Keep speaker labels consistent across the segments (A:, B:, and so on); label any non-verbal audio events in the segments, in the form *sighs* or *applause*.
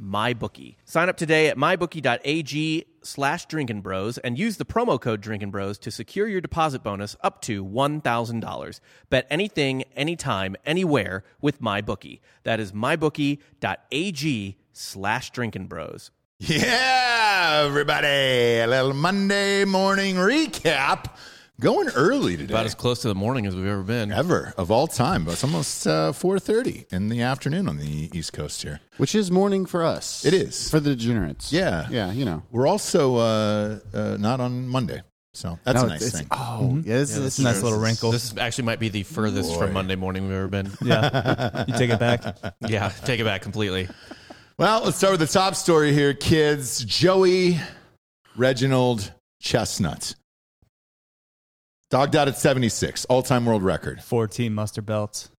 A: MyBookie. Sign up today at mybookie.ag slash drinking bros and use the promo code drinking bros to secure your deposit bonus up to $1,000. Bet anything, anytime, anywhere with MyBookie. That is mybookie.ag slash drinking bros.
B: Yeah, everybody. A little Monday morning recap. Going early today.
A: About as close to the morning as we've ever been.
B: ever of all time. But it's almost uh, 4.30 in the afternoon on the East Coast here.
C: which is morning for us.
B: It is.
C: for the degenerates.
B: Yeah.
C: yeah, you know.
B: We're also uh, uh, not on Monday. So that's
C: No,
B: a nice
C: it's-
B: thing.
C: Oh,
D: Mm-hmm.
C: yeah, this, is
D: That's a nice little wrinkle.
A: This actually might be the furthest from Monday morning we've ever been.
D: Yeah. You take it back. *laughs*
A: yeah, take it back completely.
B: Well, let's start with the top story here, kids. Joey Reginald Chestnut. Dogged out at 76, all time world record.
D: 14 muster belts.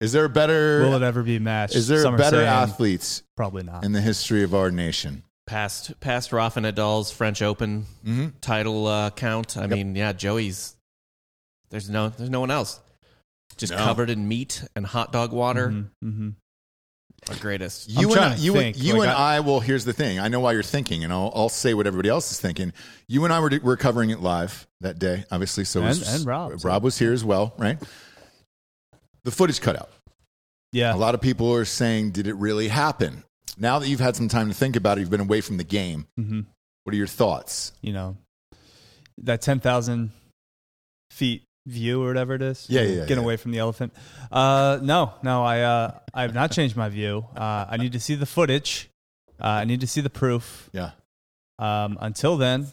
B: Is there a better,
D: Will it ever be matched?
B: is there
D: Some are
B: better
D: saying
B: athletes
D: Probably not.
B: in the history of our nation?
A: Past past Rafa Nadal's French Open
D: Mm-hmm.
B: Mhm.
A: title uh, count. I mean, yeah, Joey's. There's no there's no one else. Just
B: No.
A: covered in meat and hot dog water.
D: Mm-hmm.
A: Our greatest.
B: You and
D: trying
B: I,
D: to
B: you, and,
D: think,
B: you
D: like,
B: and I,
D: I-
B: Well, here's the thing. I know why you're thinking, and I'll, I'll say what everybody else is thinking. You and I were, were covering it live that day, obviously. So it was-
D: And- and Rob.
B: Rob was here as well, right? The footage cut out.
D: Yeah.
B: A lot of people are saying, did it really happen? Now that you've had some time to think about it, you've been away from the game.
D: hmm
B: What are your thoughts?
D: You know, that 10,000 feet view or whatever it is.
B: Yeah, yeah, yeah,
D: Get
B: yeah.
D: away from the elephant. Uh, no, no, I, uh, I have not changed my view. Uh, I need to see the footage. Uh, I need to see the proof.
B: Yeah.
D: Um, until then,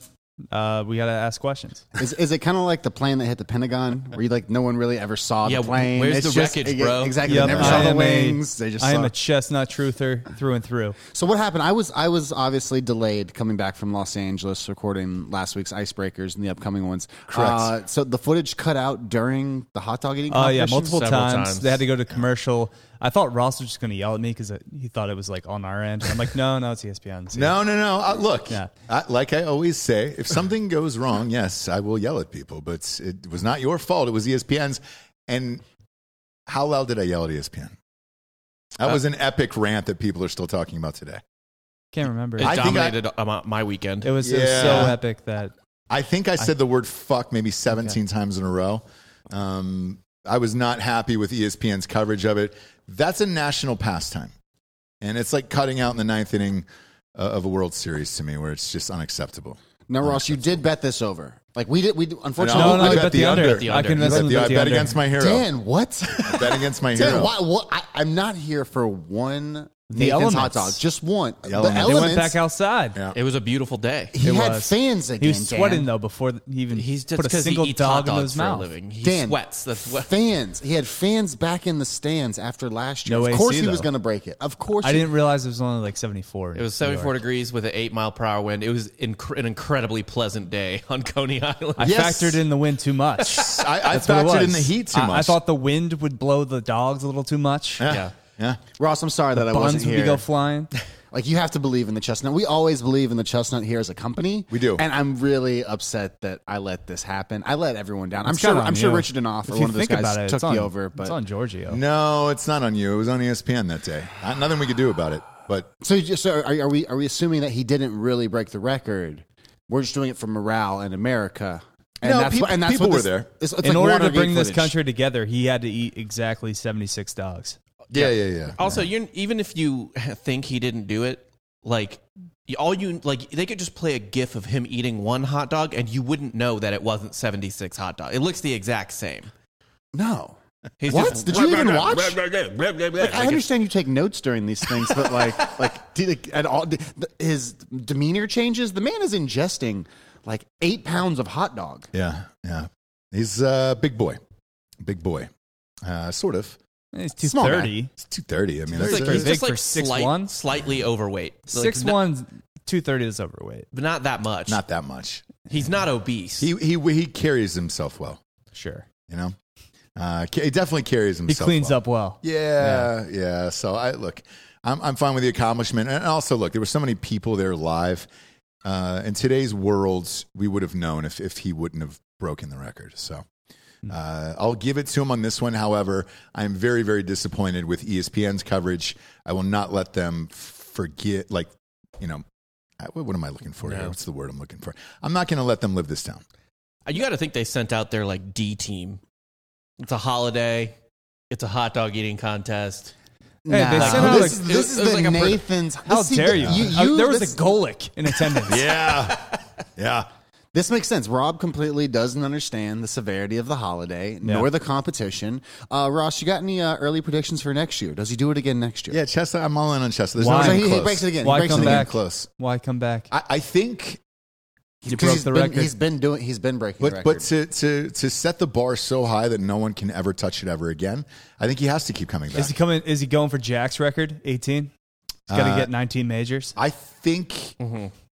D: uh, we got to ask questions.
C: Is, is it kind of like the plane that hit the Pentagon, where you like no one really ever saw
A: Yeah,
C: the plane?
A: where's
C: It's
A: the
C: just-
A: wreckage,
C: yeah,
A: bro?
C: Exactly.
D: Yep,
C: They never
D: I
C: saw the
D: am a-
C: wings. they just
D: I am
C: saw.
D: a chestnut truther through and through.
C: so what happened? I was I was obviously delayed coming back from Los Angeles, recording last week's icebreakers and the upcoming ones.
B: Correct.
C: Uh, so the footage cut out during the hot dog eating.
D: Oh yeah,
C: competition?
D: multiple
A: Several
D: times.
A: times.
D: They had to go to commercial. I thought Ross was just going to yell at me because he thought it was like on our end. I'm like, no, no, it's E ESPN. It's
B: No, no, no. Uh, look,
D: Yeah.
B: I, like I always say, if something goes wrong, *laughs* yes, I will yell at people, but it was not your fault. It was E ESPN's. And how loud did I yell at E ESPN? That was an epic rant that people are still talking about today.
D: Can't remember.
A: It
B: I think I-
A: dominated uh, my- my weekend.
D: it, was, it was so
B: Yeah.
D: epic that
B: I think I said the word fuck maybe 17 times in a row. Um, I was not happy with E ESPN's coverage of it. That's a national pastime. And it's like cutting out in the ninth inning uh, of a World Series to me, where it's just unacceptable.
C: No, Ross, you did bet this over. Like we did. We unfortunately.
B: No,
D: no,
B: no,
D: no,
B: I bet
D: I bet
B: Oh, the
D: the under.
B: under.
D: I
A: You
D: convinced
B: I
D: him to bet the
B: bet
D: under.
B: against my hero.
C: Dan, what? *laughs*
B: I bet against my hero.
C: Dan, why, what? I, I'm not here for one
D: The
C: Nathan's hot
D: elements.
C: dog. Just one. The,
B: elements.
D: They
C: elements.
D: went back outside.
B: Yeah.
A: It was a beautiful day.
C: He
D: It
C: had
D: was.
C: fans again.
D: He was sweating
C: Dan.
D: though before th- he even
A: He's just
D: put a
A: because he
D: single
A: eats hot
D: dog in
A: dogs
D: his
A: for a
D: mouth.
A: living. He
C: Dan,
A: sweats. That's what.
C: Fans. He had fans back in the stands after last year.
D: No
C: of
D: AC,
C: course, he was
D: though.
C: going to break it. Of course,
D: I
C: he-
D: didn't realize it was only like 74.
A: It was 74 degrees with an eight mile per hour wind. It was inc- an incredibly pleasant day on Coney Island.
D: I
B: Yes.
D: factored in the wind too much.
B: *laughs* I, I
D: That's what it
B: factored in
D: was.
B: the heat too
D: I-
B: much.
D: I thought the wind would blow the dogs a little too
A: *laughs*
D: much.
A: yeah.
B: yeah.
C: Ross, I'm sorry that I wasn't
D: Buns would
C: here.
D: go flying.
B: *laughs*
C: like you have to believe in the chestnut. We always believe in the chestnut here as a company.
B: We do.
C: And I'm really upset that I let this happen. I let everyone down. I'm
D: It's
C: sure.
D: not on
C: I'm sure
D: you.
C: Richard Danoff
D: If
C: or
D: you
C: one of those
D: think
C: guys
D: about it,
C: took
D: it's
C: the
D: on-
C: over. But
D: it's on Giorgio.
B: No, it's not on you. It was on E ESPN that day. Uh, nothing we could do about it. But
C: So, you just- so are, are we? Are we assuming that he didn't really break the record? We're just doing it for morale in America. And
B: No,
C: that's
B: peop-
C: what, and that's
B: people
C: what
B: were
C: this-
B: there.
C: It's, it's
D: in
C: like
D: order to
C: Watergate
D: bring this
C: footage.
D: country together, he had to eat exactly 76 dogs.
B: yeah, yeah, yeah.
A: Also, you're, even if you *laughs* think he didn't do it, like you- all you like, they could just play a GIF of him eating one hot dog, and you wouldn't know that it wasn't seventy six hot dog. It looks the exact same.
C: no.
A: He's
C: What?
A: just-
C: Did you even watch? Like, I understand you take notes during these things,
B: *laughs*
C: but like, like, did, like at all, did, the, his demeanor changes. The man is ingesting like eight pounds of hot dog.
B: Yeah, yeah. He's a uh, big boy. Big boy. Uh, sort of.
D: It's
C: Small guy.
D: 230.
B: It's 230. I mean,
A: it's
B: that's,
A: like,
D: pretty
A: he's
B: that's,
D: big
A: just like slight,
D: for 6'1"?
A: slightly overweight, Like,
D: 6'1", 230 is overweight.
A: not, but not that much.
B: not that much.
A: He's not obese.
B: He he he carries himself well.
D: Sure.
B: You know, uh, ca- he definitely carries
D: He
B: himself.
D: cleans
B: well.
D: up well.
B: Yeah, yeah, So I look, I'm I'm fine with the accomplishment, and also look, there were so many people there live. Uh, in today's world, we would have known if if he wouldn't have broken the record. So. Uh, I'll give it to him on this one. However, I'm very, very disappointed with E ESPN's coverage. I will not let them forget, like, you know, I- what what am I looking for here? What's the word I'm looking for? I'm not going to let them live this down.
A: You got to think they sent out their like D team. It's a holiday. It's a hot dog eating contest.
D: Hey, they
C: Nah.
D: sent out
C: this,
D: a-
C: is-
A: it
C: this
A: was-
C: is
A: it was
C: the
A: like a pro-
C: Nathan's.
D: How
C: this- see,
D: dare
C: the-
D: you?
C: you
D: Uh, there was
C: this,
D: a Golic
C: *laughs*
D: in attendance.
B: Yeah. *laughs* yeah.
C: This makes sense. Rob completely doesn't understand the severity of the holiday nor the competition. Uh, Ross, you got any uh, early predictions for next year? Does he do it again next year?
B: Yeah, Chester. I'm all in on Chester. There's
D: Why?
B: no
C: So
B: way
C: he,
B: I'm
C: he
B: close.
C: breaks it again. he
D: Why
C: breaks
D: come
C: it again.
B: *laughs*
D: back?
B: close.
D: Why come back?
B: I, I think,
D: you
C: Uh, 'Cause
D: broke
C: he's
D: the
C: been-
D: record.
C: He's been doing. He's been breaking
B: but but
C: records.
B: to, to to set the bar so high that no one can ever touch it ever again, I think he has to keep coming back.
D: Is he coming? Is he going for Jack's record? 18. He's got to
B: Uh,
D: get 19 majors.
B: I think
D: Mm-hmm.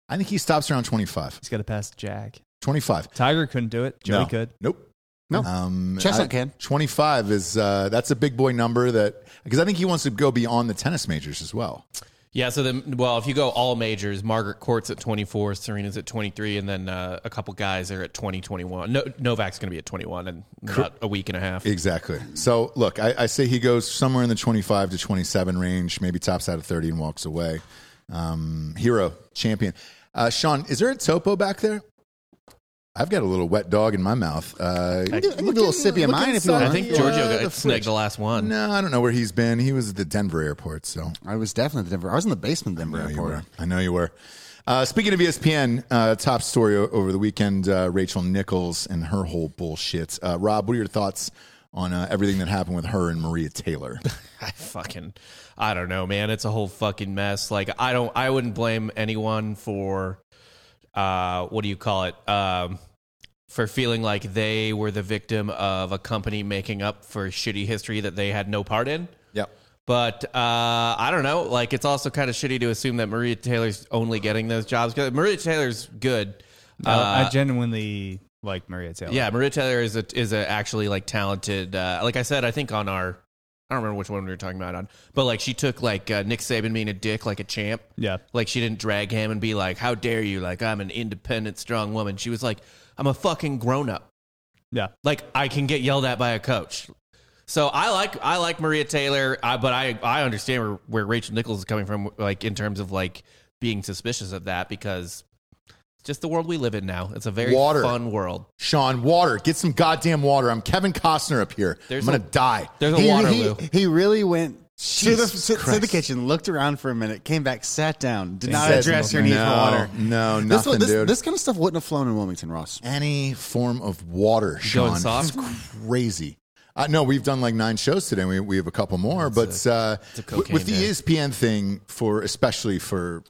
B: I think he stops around 25.
D: He's got to pass Jack.
B: 25.
D: Tiger couldn't do it. Joey
B: no.
D: could.
B: Nope.
C: No.
B: Um,
C: Chestnut
B: I-
C: can.
B: 25 is uh, that's a big boy number that because I think he wants to go beyond the tennis majors as well.
A: Yeah, so then, well, if you go all majors, Margaret Court's at 24, Serena's at 23, and then uh, a couple guys are at 20, 21. No, Novak's going to be at 21 in about a week and a half.
B: Exactly. So look, I, I say he goes somewhere in the 25 to 27 range, maybe tops out of 30 and walks away. Um, hero, champion. Uh, Sean, is there a topo back there? I've got a little wet dog in my mouth. Uh,
C: I can give you a little sippy of mine if you
A: I
C: want.
A: think
B: Giorgio
A: Giorgio got snagged the last one.
B: No, I don't know where he's been. He was at the Denver airport, so
C: I was definitely at Denver. I was in the basement of Denver
B: I know you
C: airport.
B: were. I know you were. Uh, speaking of ESPN, uh, top story o- over the weekend: uh, Rachel Nichols and her whole bullshit. Uh, Rob, what are your thoughts on uh, everything that happened with her and Maria
C: *laughs*
B: Taylor?
A: I fucking, I don't know, man. It's a whole fucking mess. Like, I don't, I wouldn't blame anyone for, uh, what do you call it? Um, for feeling like they were the victim of a company making up for shitty history that they had no part in.
B: yep.
A: But uh, I don't know. Like, it's also kind of shitty to assume that Maria Taylor's only getting those jobs. 'Cause Maria Taylor's good.
D: No,
C: Uh,
D: I genuinely like Maria Taylor.
A: Yeah, Maria Taylor is a is a actually like talented. Uh, like I said, I think on our, I don't remember which one we were talking about on, but like she took like uh, Nick Saban being a dick like a champ.
D: Yeah.
A: Like she didn't drag him and be like, "How dare you?" Like I'm an independent, strong woman. She was like, "I'm a fucking grown up.
D: Yeah.
A: Like I can get yelled at by a coach." So I like I like Maria Taylor, I, but I I understand where, where Rachel Nichols is coming from, like in terms of like being suspicious of that because it's just the world we live in now. It's a very
B: Water.
A: fun world.
B: Sean, water. Get some goddamn water. I'm Kevin Costner up here.
A: There's
B: I'm
A: a-
B: gonna die.
A: There's a
C: He,
A: Waterloo.
C: he, he really went to the,
B: Jesus
C: to, to the
B: Christ.
C: kitchen, looked around for a minute, came back, sat down, did not
B: Said
C: address your
B: no,
C: need for water.
B: No,
C: This,
B: nothing,
C: one- this,
B: dude.
C: this kind of stuff wouldn't have flown in Wilmington, Ross.
B: Any form of water,
A: going
B: Sean,
A: soft?
B: is crazy. I know we've done like nine shows today. We, we have a couple more, but uh,
A: a
B: w-
A: cocaine
B: with the
A: day.
B: ESPN thing, for especially for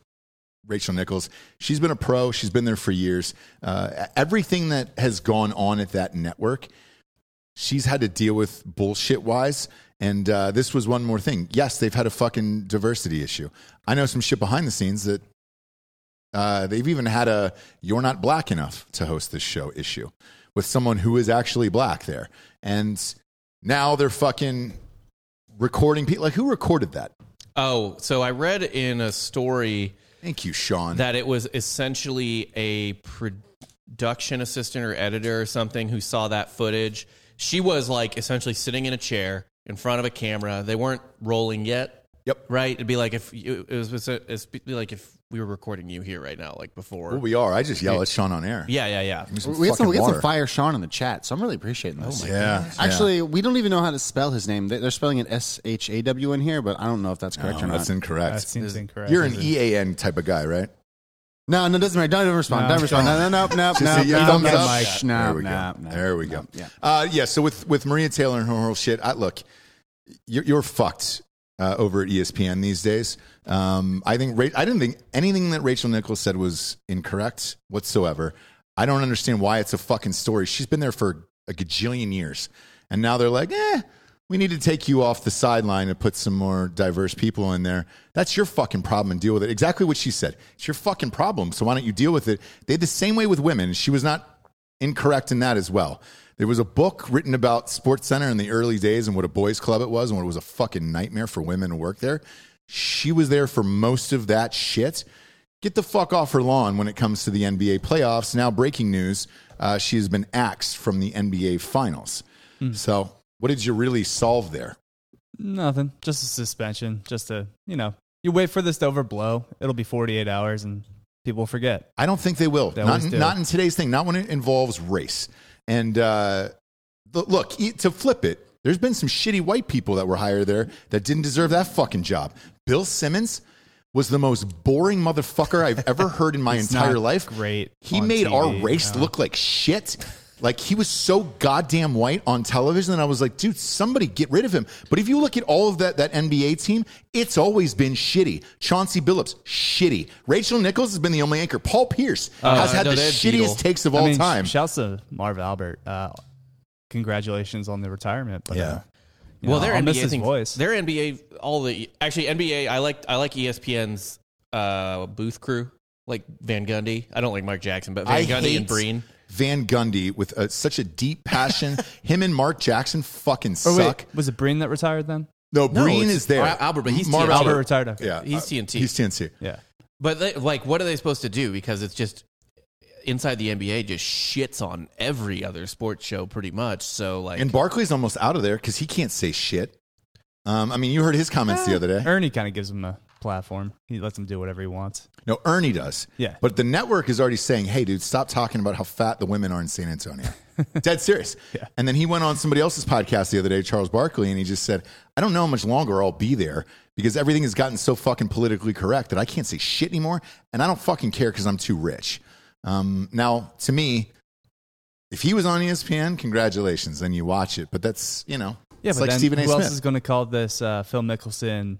B: Rachel Nichols, she's been a pro. She's been there for years. Uh, everything that has gone on at that network, she's had to deal with bullshit wise. And uh, this was one more thing. Yes, they've had a fucking diversity issue. I know some shit behind the scenes that uh, they've even had a "you're not black enough to host this show" issue with someone who is actually black there, and now they're fucking recording people. Like, who recorded that?
A: Oh, so I read in a story
B: Thank you, Sean.
A: that it was essentially a production assistant or editor or something who saw that footage. She was like essentially sitting in a chair in front of a camera. They weren't rolling yet,
B: yep,
A: right? It'd be like if you, it was it's be like if we were recording you here right now, like before.
B: well, we are. I just yell at Sean on air.
A: yeah, yeah, yeah.
B: Give me
C: We had some,
B: fucking
C: we had some
B: water.
C: fire Sean in the chat, so I'm really appreciating this.
B: Yeah, yeah.
C: Actually, we don't even know how to spell his name. They- They're spelling it S H A W in here, but I don't know if that's correct
B: No,
C: or not.
B: Oh, that's incorrect.
D: That seems incorrect.
B: You're an E EAN type of guy, right?
C: no, no, doesn't matter. Don't even respond.
D: No.
C: Don't respond. No, no, no, no,
B: Just
C: no.
B: a
C: no,
B: thumbs
C: no,
B: up.
C: no,
B: Shh,
C: no,
B: there we go.
C: no, no.
B: There we go.
C: Yeah.
B: Uh, yeah. So with with Maria Taylor and her whole shit, I, look, you're, you're fucked uh, over at ESPN these days. Um, I think Ra- I didn't think anything that Rachel Nichols said was incorrect whatsoever. I don't understand why it's a fucking story. She's been there for a gajillion years, and now they're like, eh, we need to take you off the sideline and put some more diverse people in there. That's your fucking problem and deal with it. Exactly what she said. It's your fucking problem. So why don't you deal with it? They had the same way with women. She was not incorrect in that as well. There was a book written about Sports Center in the early days and what a boys' club it was and what it was a fucking nightmare for women to work there. She was there for most of that shit. Get the fuck off her lawn when it comes to the NBA playoffs. Now, breaking news: uh, she has been axed from the NBA finals. So, what did you really solve there?
D: Nothing. Just a suspension. Just a you know. You wait for this to overblow. It'll be 48 hours and people forget.
B: I don't think they will.
D: They
B: not,
D: always do.
B: not in today's thing. Not when it involves race. And uh, the, look, e- to flip it, there's been some shitty white people that were hired there that didn't deserve that fucking job. Bill Simmons was the most boring motherfucker I've ever heard in my
D: It's
B: entire
D: not
B: life.
D: great
B: He
D: on
B: made our
D: TV,
B: race
D: no.
B: look like shit. Like he was so goddamn white on television and I was like, dude, somebody get rid of him. But if you look at all of that that NBA team, it's always been shitty. Chauncey Billups, shitty. Rachel Nichols has been the only anchor. Paul Pierce has had
A: Uh, no,
B: the
A: they had
B: shittiest
A: Beagle.
B: takes of
D: I
B: all
D: mean, sh-
B: time.
D: Shouts to Marv Albert. Uh, congratulations on the retirement. But,
B: Yeah.
D: Uh, you
A: Well,
D: know,
A: their
D: I'll
A: NBA
D: miss his
A: thing-
D: voice.
A: Their NBA, all the actually NBA. I like I like E ESPN's uh, booth crew, like Van Gundy. I don't like Mark Jackson, but Van
B: I
A: Gundy
B: hate
A: and Breen.
B: Van Gundy with uh such a
A: *laughs*
B: deep passion. Him and Mark Jackson fucking
D: Oh,
B: suck.
D: Wait, was it Breen that retired then?
B: No, Breen
A: it's-
B: is there.
A: Al- Albert, but he's
B: Marv
A: TNT.
D: Albert
B: Albert.
D: retired after.
B: Yeah,
A: He's
B: uh,
A: TNT.
B: He's TNT.
D: Yeah.
A: But they, like, what are they supposed to do? Because it's just inside the NBA just shits on every other sports show pretty much. So like, *laughs*
B: And Barkley's almost out of there because he can't say shit. Um, I mean, you heard his comments
D: Ah.
B: the other day.
D: Ernie kind of gives him a platform. He lets him do whatever he wants.
B: No, Ernie does.
D: Yeah.
B: But the network is already saying, "Hey, dude, stop talking about how fat the women are in San
D: *laughs*
B: Antonio." Dead serious.
D: Yeah.
B: And then he went on somebody else's podcast the other day, Charles Barkley, and he just said, "I don't know how much longer I'll be there because everything has gotten so fucking politically correct that I can't say shit anymore, and I don't fucking care because I'm too rich." Um, now, to me, if he was on E ESPN, congratulations, then you watch it. But that's you know,
D: Yeah,
B: it's
D: but
B: like
D: then
B: Stephen A.
D: who
B: Smith.
D: else is going to call this uh, Phil Mickelson,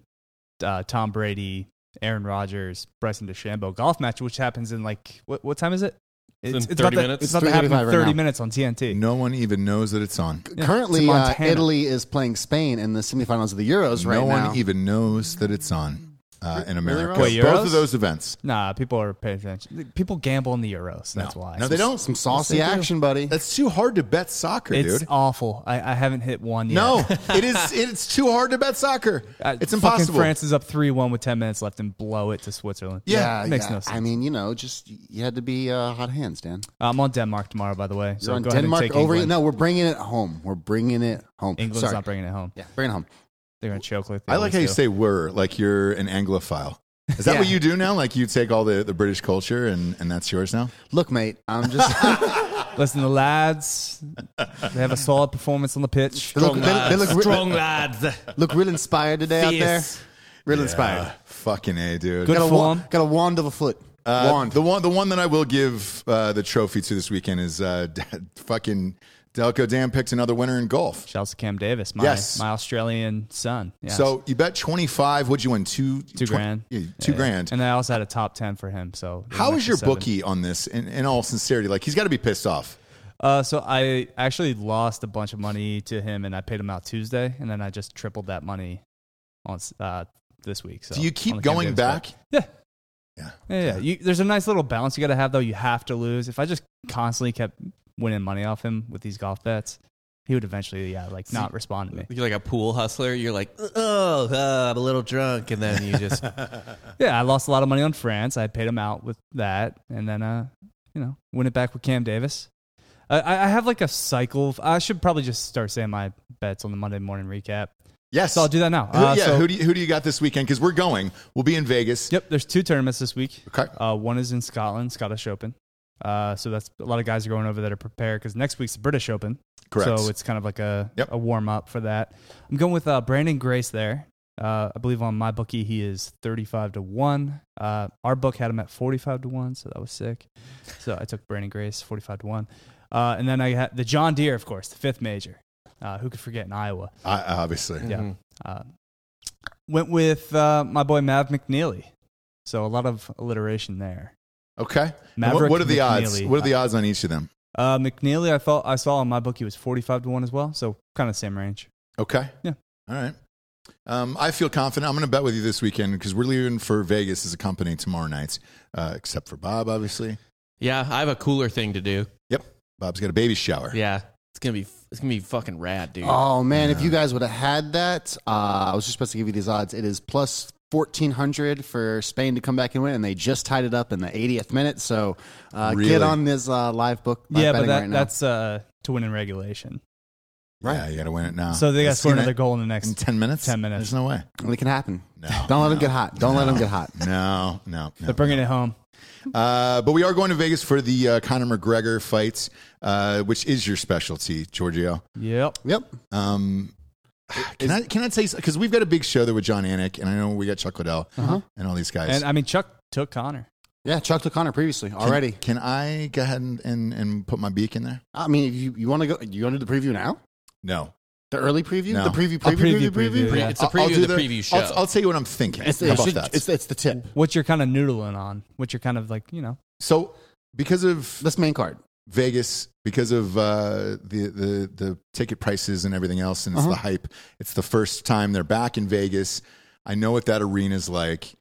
D: uh, Tom Brady, Aaron Rodgers, Bryson DeChambeau golf match, which happens in like what, what time is it? It's,
A: in
D: about
A: 30
D: to-
A: minutes?
D: It's about to happen in
C: 3:35 right
D: thirty
C: now.
D: minutes on TNT.
B: no one even knows that it's on.
D: Yeah,
C: Currently,
D: it's in
C: uh,
D: Montana.
C: Italy is playing Spain in the semifinals of the Euros right
B: no
C: now.
B: one even knows that it's on uh, in America.
C: Ron?
D: Wait,
B: Both of
D: Euros?
B: those events.
D: Nah, people are paying attention. People gamble in the Euros. That's
B: no.
D: why.
B: No, they don't.
C: Some saucy
B: Yes, they do.
C: action, buddy.
B: That's too hard to bet soccer,
D: It's
B: dude.
D: awful. I, I haven't hit one yet. *laughs*
B: No, it is. It's too hard to bet soccer.
D: Uh,
B: It's
D: fucking
B: impossible.
D: France is up three one with ten minutes left and blow it to Switzerland.
B: Yeah,
D: It makes no sense.
C: I mean, you know, just you had to be uh, hot hands, Dan.
D: I'm on Denmark tomorrow, by the way. So
C: You're on
D: go
C: Denmark
D: ahead and take
C: over.
D: England.
C: No, we're bringing it home. We're bringing it home.
D: England's
C: Sorry.
D: not bringing it home.
C: Yeah, bring it home.
D: They're gonna choke like. They
B: I like
D: always
B: how you
D: do.
B: say "were" like you're an Anglophile. Is that
C: Yeah.
B: what you do now? Like you take all the, the British culture and, and that's yours now?
C: Look, mate, I'm just.
D: Listen, the lads, they have a solid performance on the pitch.
C: they look, they, they look, re-
A: strong lads. *laughs*
C: look real inspired today out there.
A: Fierce.
C: Real inspired.
B: Fucking a dude.
D: Good
C: Got a, wa-
D: form.
C: got a wand of a foot.
B: Uh,
C: wand.
B: The one the one that I will give uh, the trophy to this weekend is uh, *laughs* fucking Delco Dan picked another winner in golf.
D: Shouts to Cam Davis, my,
B: Yes.
D: my Australian son. Yes.
B: So you bet twenty five. What'd you win? Two
D: two
B: twen-
D: grand,
B: yeah, two
D: Yeah.
B: grand.
D: and I also had a top ten for him. So it was
B: How
D: an
B: is your
D: extra seven.
B: bookie on this? In, in all sincerity, like he's got to be pissed off.
D: Uh, so I actually lost a bunch of money to him, and I paid him out Tuesday, and then I just tripled that money on s- uh, this week. So
B: Do you
D: on
B: keep
D: the Cam
B: going
D: Davis bet.
B: back?
D: Yeah.
B: Yeah.
D: Yeah, yeah. You, there's a nice little balance you got to have, though. You have to lose. If I just constantly kept winning money off him with these golf bets, he would eventually, yeah, like not respond to me.
A: You're like a pool hustler. You're like, oh, uh, I'm a little drunk, and then you just
D: Yeah, I lost a lot of money on France. I paid him out with that, and then uh, you know, win it back with Cam Davis. I, I I have like a cycle. Of, I should probably just start saying my bets on the Monday morning recap.
B: Yes.
D: So I'll do that now.
B: Who,
D: Uh,
B: yeah.
D: so-
B: who do you, who do you got this weekend? Because we're going. We'll be in Vegas.
D: Yep, there's two tournaments this week.
B: Okay.
D: Uh, one is in Scotland, Scottish Open. Uh, so that's a lot of guys are going over there to prepare because next week's the British Open.
B: Correct.
D: So it's kind of like a
B: Yep.
D: a warm up for that. I'm going with uh, Brandon Grace there. Uh, I believe on my bookie he is 35 to one. Uh, our book had him at 45 to one, so that was sick. So I took Brandon Grace 45 to one, uh, and then I had the John Deere, of course, the fifth major. Uh, who could forget in Iowa?
B: I, obviously.
D: Yeah.
C: Mm-hmm.
D: Uh, went with uh, my boy Mav McNeely. So a lot of alliteration there.
B: Okay. And What,
D: Maverick
B: what are the odds?
D: McNeely.
B: What are the odds on each of them?
D: Uh, McNeely, I thought I saw on my book he was forty-five to one as well. So kind of same range.
B: Okay.
D: Yeah.
B: All right. Um, I feel confident. I'm going to bet with you this weekend because we're leaving for Vegas as a company tomorrow night, uh, except for Bob, obviously.
A: Yeah, I have a cooler thing to do.
B: Yep. Bob's got a baby shower.
A: Yeah, it's gonna be it's gonna be fucking rad, dude.
C: Oh man, if you guys would have had that, uh, I was just supposed to give you these odds. It is plus fourteen hundred for Spain to come back and win, and they just tied it up in the 80th minute. So uh,
B: Really?
C: get on this uh, live book. Live
D: yeah, but
C: betting
D: that,
C: right now.
D: that's uh, to win in regulation.
B: Yeah, you got to win it
C: Ah,
B: now.
D: so they got to
B: I've
D: score
B: seen
D: another
B: it
D: goal in the
B: in
C: *laughs*
D: next.
B: 10 minutes.
D: 10 minutes.
B: There's no way.
C: it can happen.
B: No,
C: *laughs* Don't let
B: no,
C: them get hot. Don't let them get hot.
B: No,
D: *laughs*
B: no, no.
D: They're bringing it home.
B: Uh, but we are going to Vegas for the uh, Conor McGregor fights, uh, which is your specialty, Giorgio.
D: Yep.
C: Yep.
B: Um, can I can I tell you because we've got a big show there with John Anik, and I know we got Chuck Liddell and all these guys.
D: Uh-huh. And I mean, Chuck took Connor.
C: Yeah, Chuck O'Connor previously already.
B: Can I go ahead and, and, and put my beak in there?
C: I mean, if you, you want to go? You want to do the preview now?
B: No.
C: The early preview?
B: No.
C: The preview?
D: A
C: Preview? Preview?
D: preview,
C: Preview?
D: preview, yeah.
A: It's a
B: I'll-
A: preview
B: I'll
A: of
B: do
A: the preview show.
B: I'll, I'll tell you what I'm thinking.
C: It's,
B: How
C: it's,
B: about
C: just-
B: that?
C: it's, it's the tip.
D: What you're kind of noodling on. What you're kind of like, you know.
B: so, because of
C: This main card.
B: Vegas, because of uh, the, the the ticket prices and everything else, and
C: Uh-huh.
B: it's the hype. It's the first time they're back in Vegas. I know what that arena's like.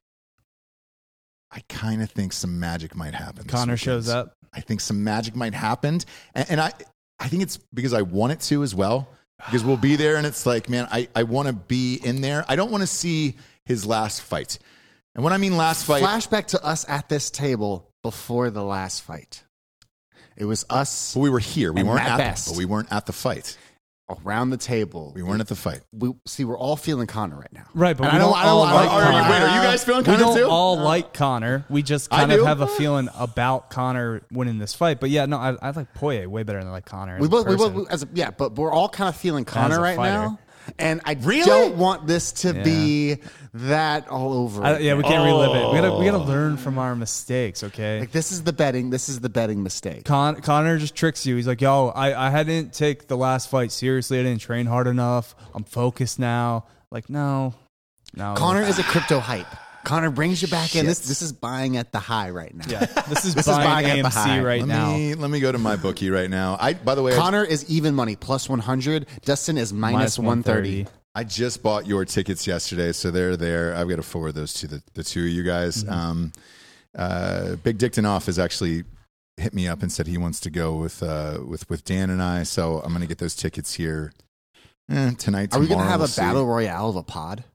B: I kind of think some magic might happen. this
D: Connor
B: weekend.
D: shows up.
B: I think some magic might happen, and, and I I think it's because I want it to as well. Because we'll be there, and it's like, man, I, I want to be in there. I don't want to see his last fight. And when I mean last fight,
C: Flashback to us at this table before the last fight. It was us
B: but we were here. We
C: And
B: weren't
C: Matt
B: at
C: Best.
B: the, but we weren't at the fight.
C: around the table.
B: We weren't at the fight.
C: We see we're all feeling Connor right now.
D: Right, but
C: And
D: we
C: I
D: don't
C: don't- I don't-
D: all
C: I
D: like
C: don't-
B: Are
D: Connor.
B: you, wait, are you guys feeling
D: we
B: kind of
D: don't
B: too?
D: all like Connor. We just kind
B: I
D: of
B: do.
D: have a feeling about Connor winning this fight. But yeah, no, I, I like Poye way better than I like Connor.
C: We
D: as a
C: both, we both,
D: person.
C: as a, yeah, but we're all kind of feeling
D: a
C: Connor right
D: fighter.
C: now. And I don't want this to be that all over.
D: I, yeah,
C: again.
D: we can't relive it. We gotta, we gotta learn from our mistakes, okay?
C: Oh. like this is the betting. This is the betting mistake.
D: Con- Connor just tricks you. He's like, "Yo, I, I hadn't take the last fight seriously. I didn't train hard enough. I'm focused now." Like, no, no.
C: Connor is a crypto hype. Connor brings you back in. This this is buying at the high right now.
D: yeah, this is
C: *laughs* This is
D: buying
C: buying at the high.
D: AMC right
B: let
D: now.
B: me let me go to my bookie right now. I by the way, I-
C: Connor is even money plus one hundred. Dustin is minus, minus one thirty.
B: I just bought your tickets yesterday, so they're there. I've got to forward those to the, the two of you guys.
C: Mm-hmm.
B: Um, uh, Big Dicktonoff has actually hit me up and said he wants to go with uh, with with Dan and I. So I'm going to get those tickets here eh, tonight.
C: Are we
B: going
C: gonna
B: to
C: have a battle royale of a pod?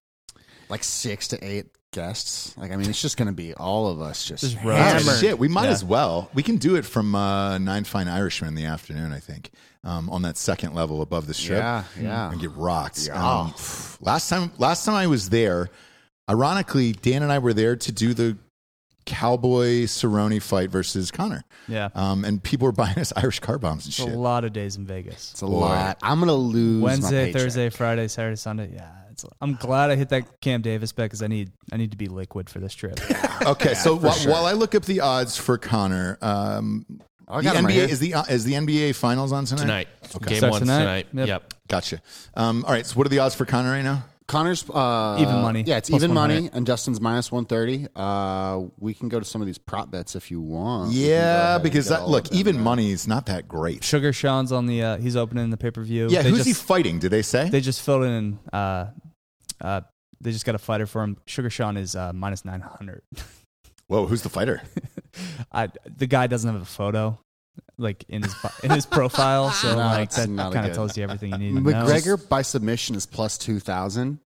C: Like six to eight guests. Like I mean, it's just gonna be all of us just,
D: Just
C: hammered.
D: roasted.
B: Oh, Shit, we might
D: Yeah.
B: as well. We can do it from uh, Nine Fine Irishmen in the afternoon, I think, um, on that second level above the strip.
C: Yeah, yeah.
B: and get rocked.
C: Yeah.
B: Um, last time, last time I was there, ironically, Dan and I were there to do the Cowboy Cerrone fight versus Connor,
D: Yeah,
C: Oh,
B: um, and people were *laughs* buying us Irish car bombs and
D: it's a
B: shit.
D: lot of days in Vegas.
C: It's a lot. I'm gonna lose my
D: Wednesday,
C: paycheck.
D: Thursday, Friday, Saturday, Sunday. Yeah, it's. I'm glad I hit that Cam Davis bet because I need I need to be liquid for
C: *laughs*
D: this trip.
B: Okay, so while, while I look up the odds for Connor, um,
C: Oh, I
B: the
C: got 'em
B: NBA
C: right here.
B: is the uh, is the NBA Finals on tonight?
A: tonight. Game
D: Starts
A: one tonight.
D: tonight? Yep.
A: Yep.
B: Gotcha. Um, all right, so what are the odds for Connor right now?
C: Connor's uh,
D: Even money.
C: Yeah, it's
D: Plus
C: even money,
D: 100.
C: and Justin's minus one thirty. Uh, we can go to some of these prop bets if you want. We can go ahead
B: Yeah,
C: and
B: because
C: get
B: that,
C: all
B: look,
C: of them
B: even
C: there.
B: money is not that great.
D: Sugar Sean's on the. Uh, he's opening the pay per view.
B: Yeah,
D: they
B: who's
D: just,
B: he fighting? Did they say?
D: They just filled in. Uh, uh, they just got a fighter for him. Sugar Sean is uh, minus nine hundred.
B: Whoa, who's the fighter?
D: I the guy doesn't have a photo like in his bi-
C: *laughs*
D: in his profile, so
C: No,
D: like
C: it's
D: that
C: not a
D: kind of
C: good-
D: tells you everything you need to know.
C: McGregor by submission is plus two thousand.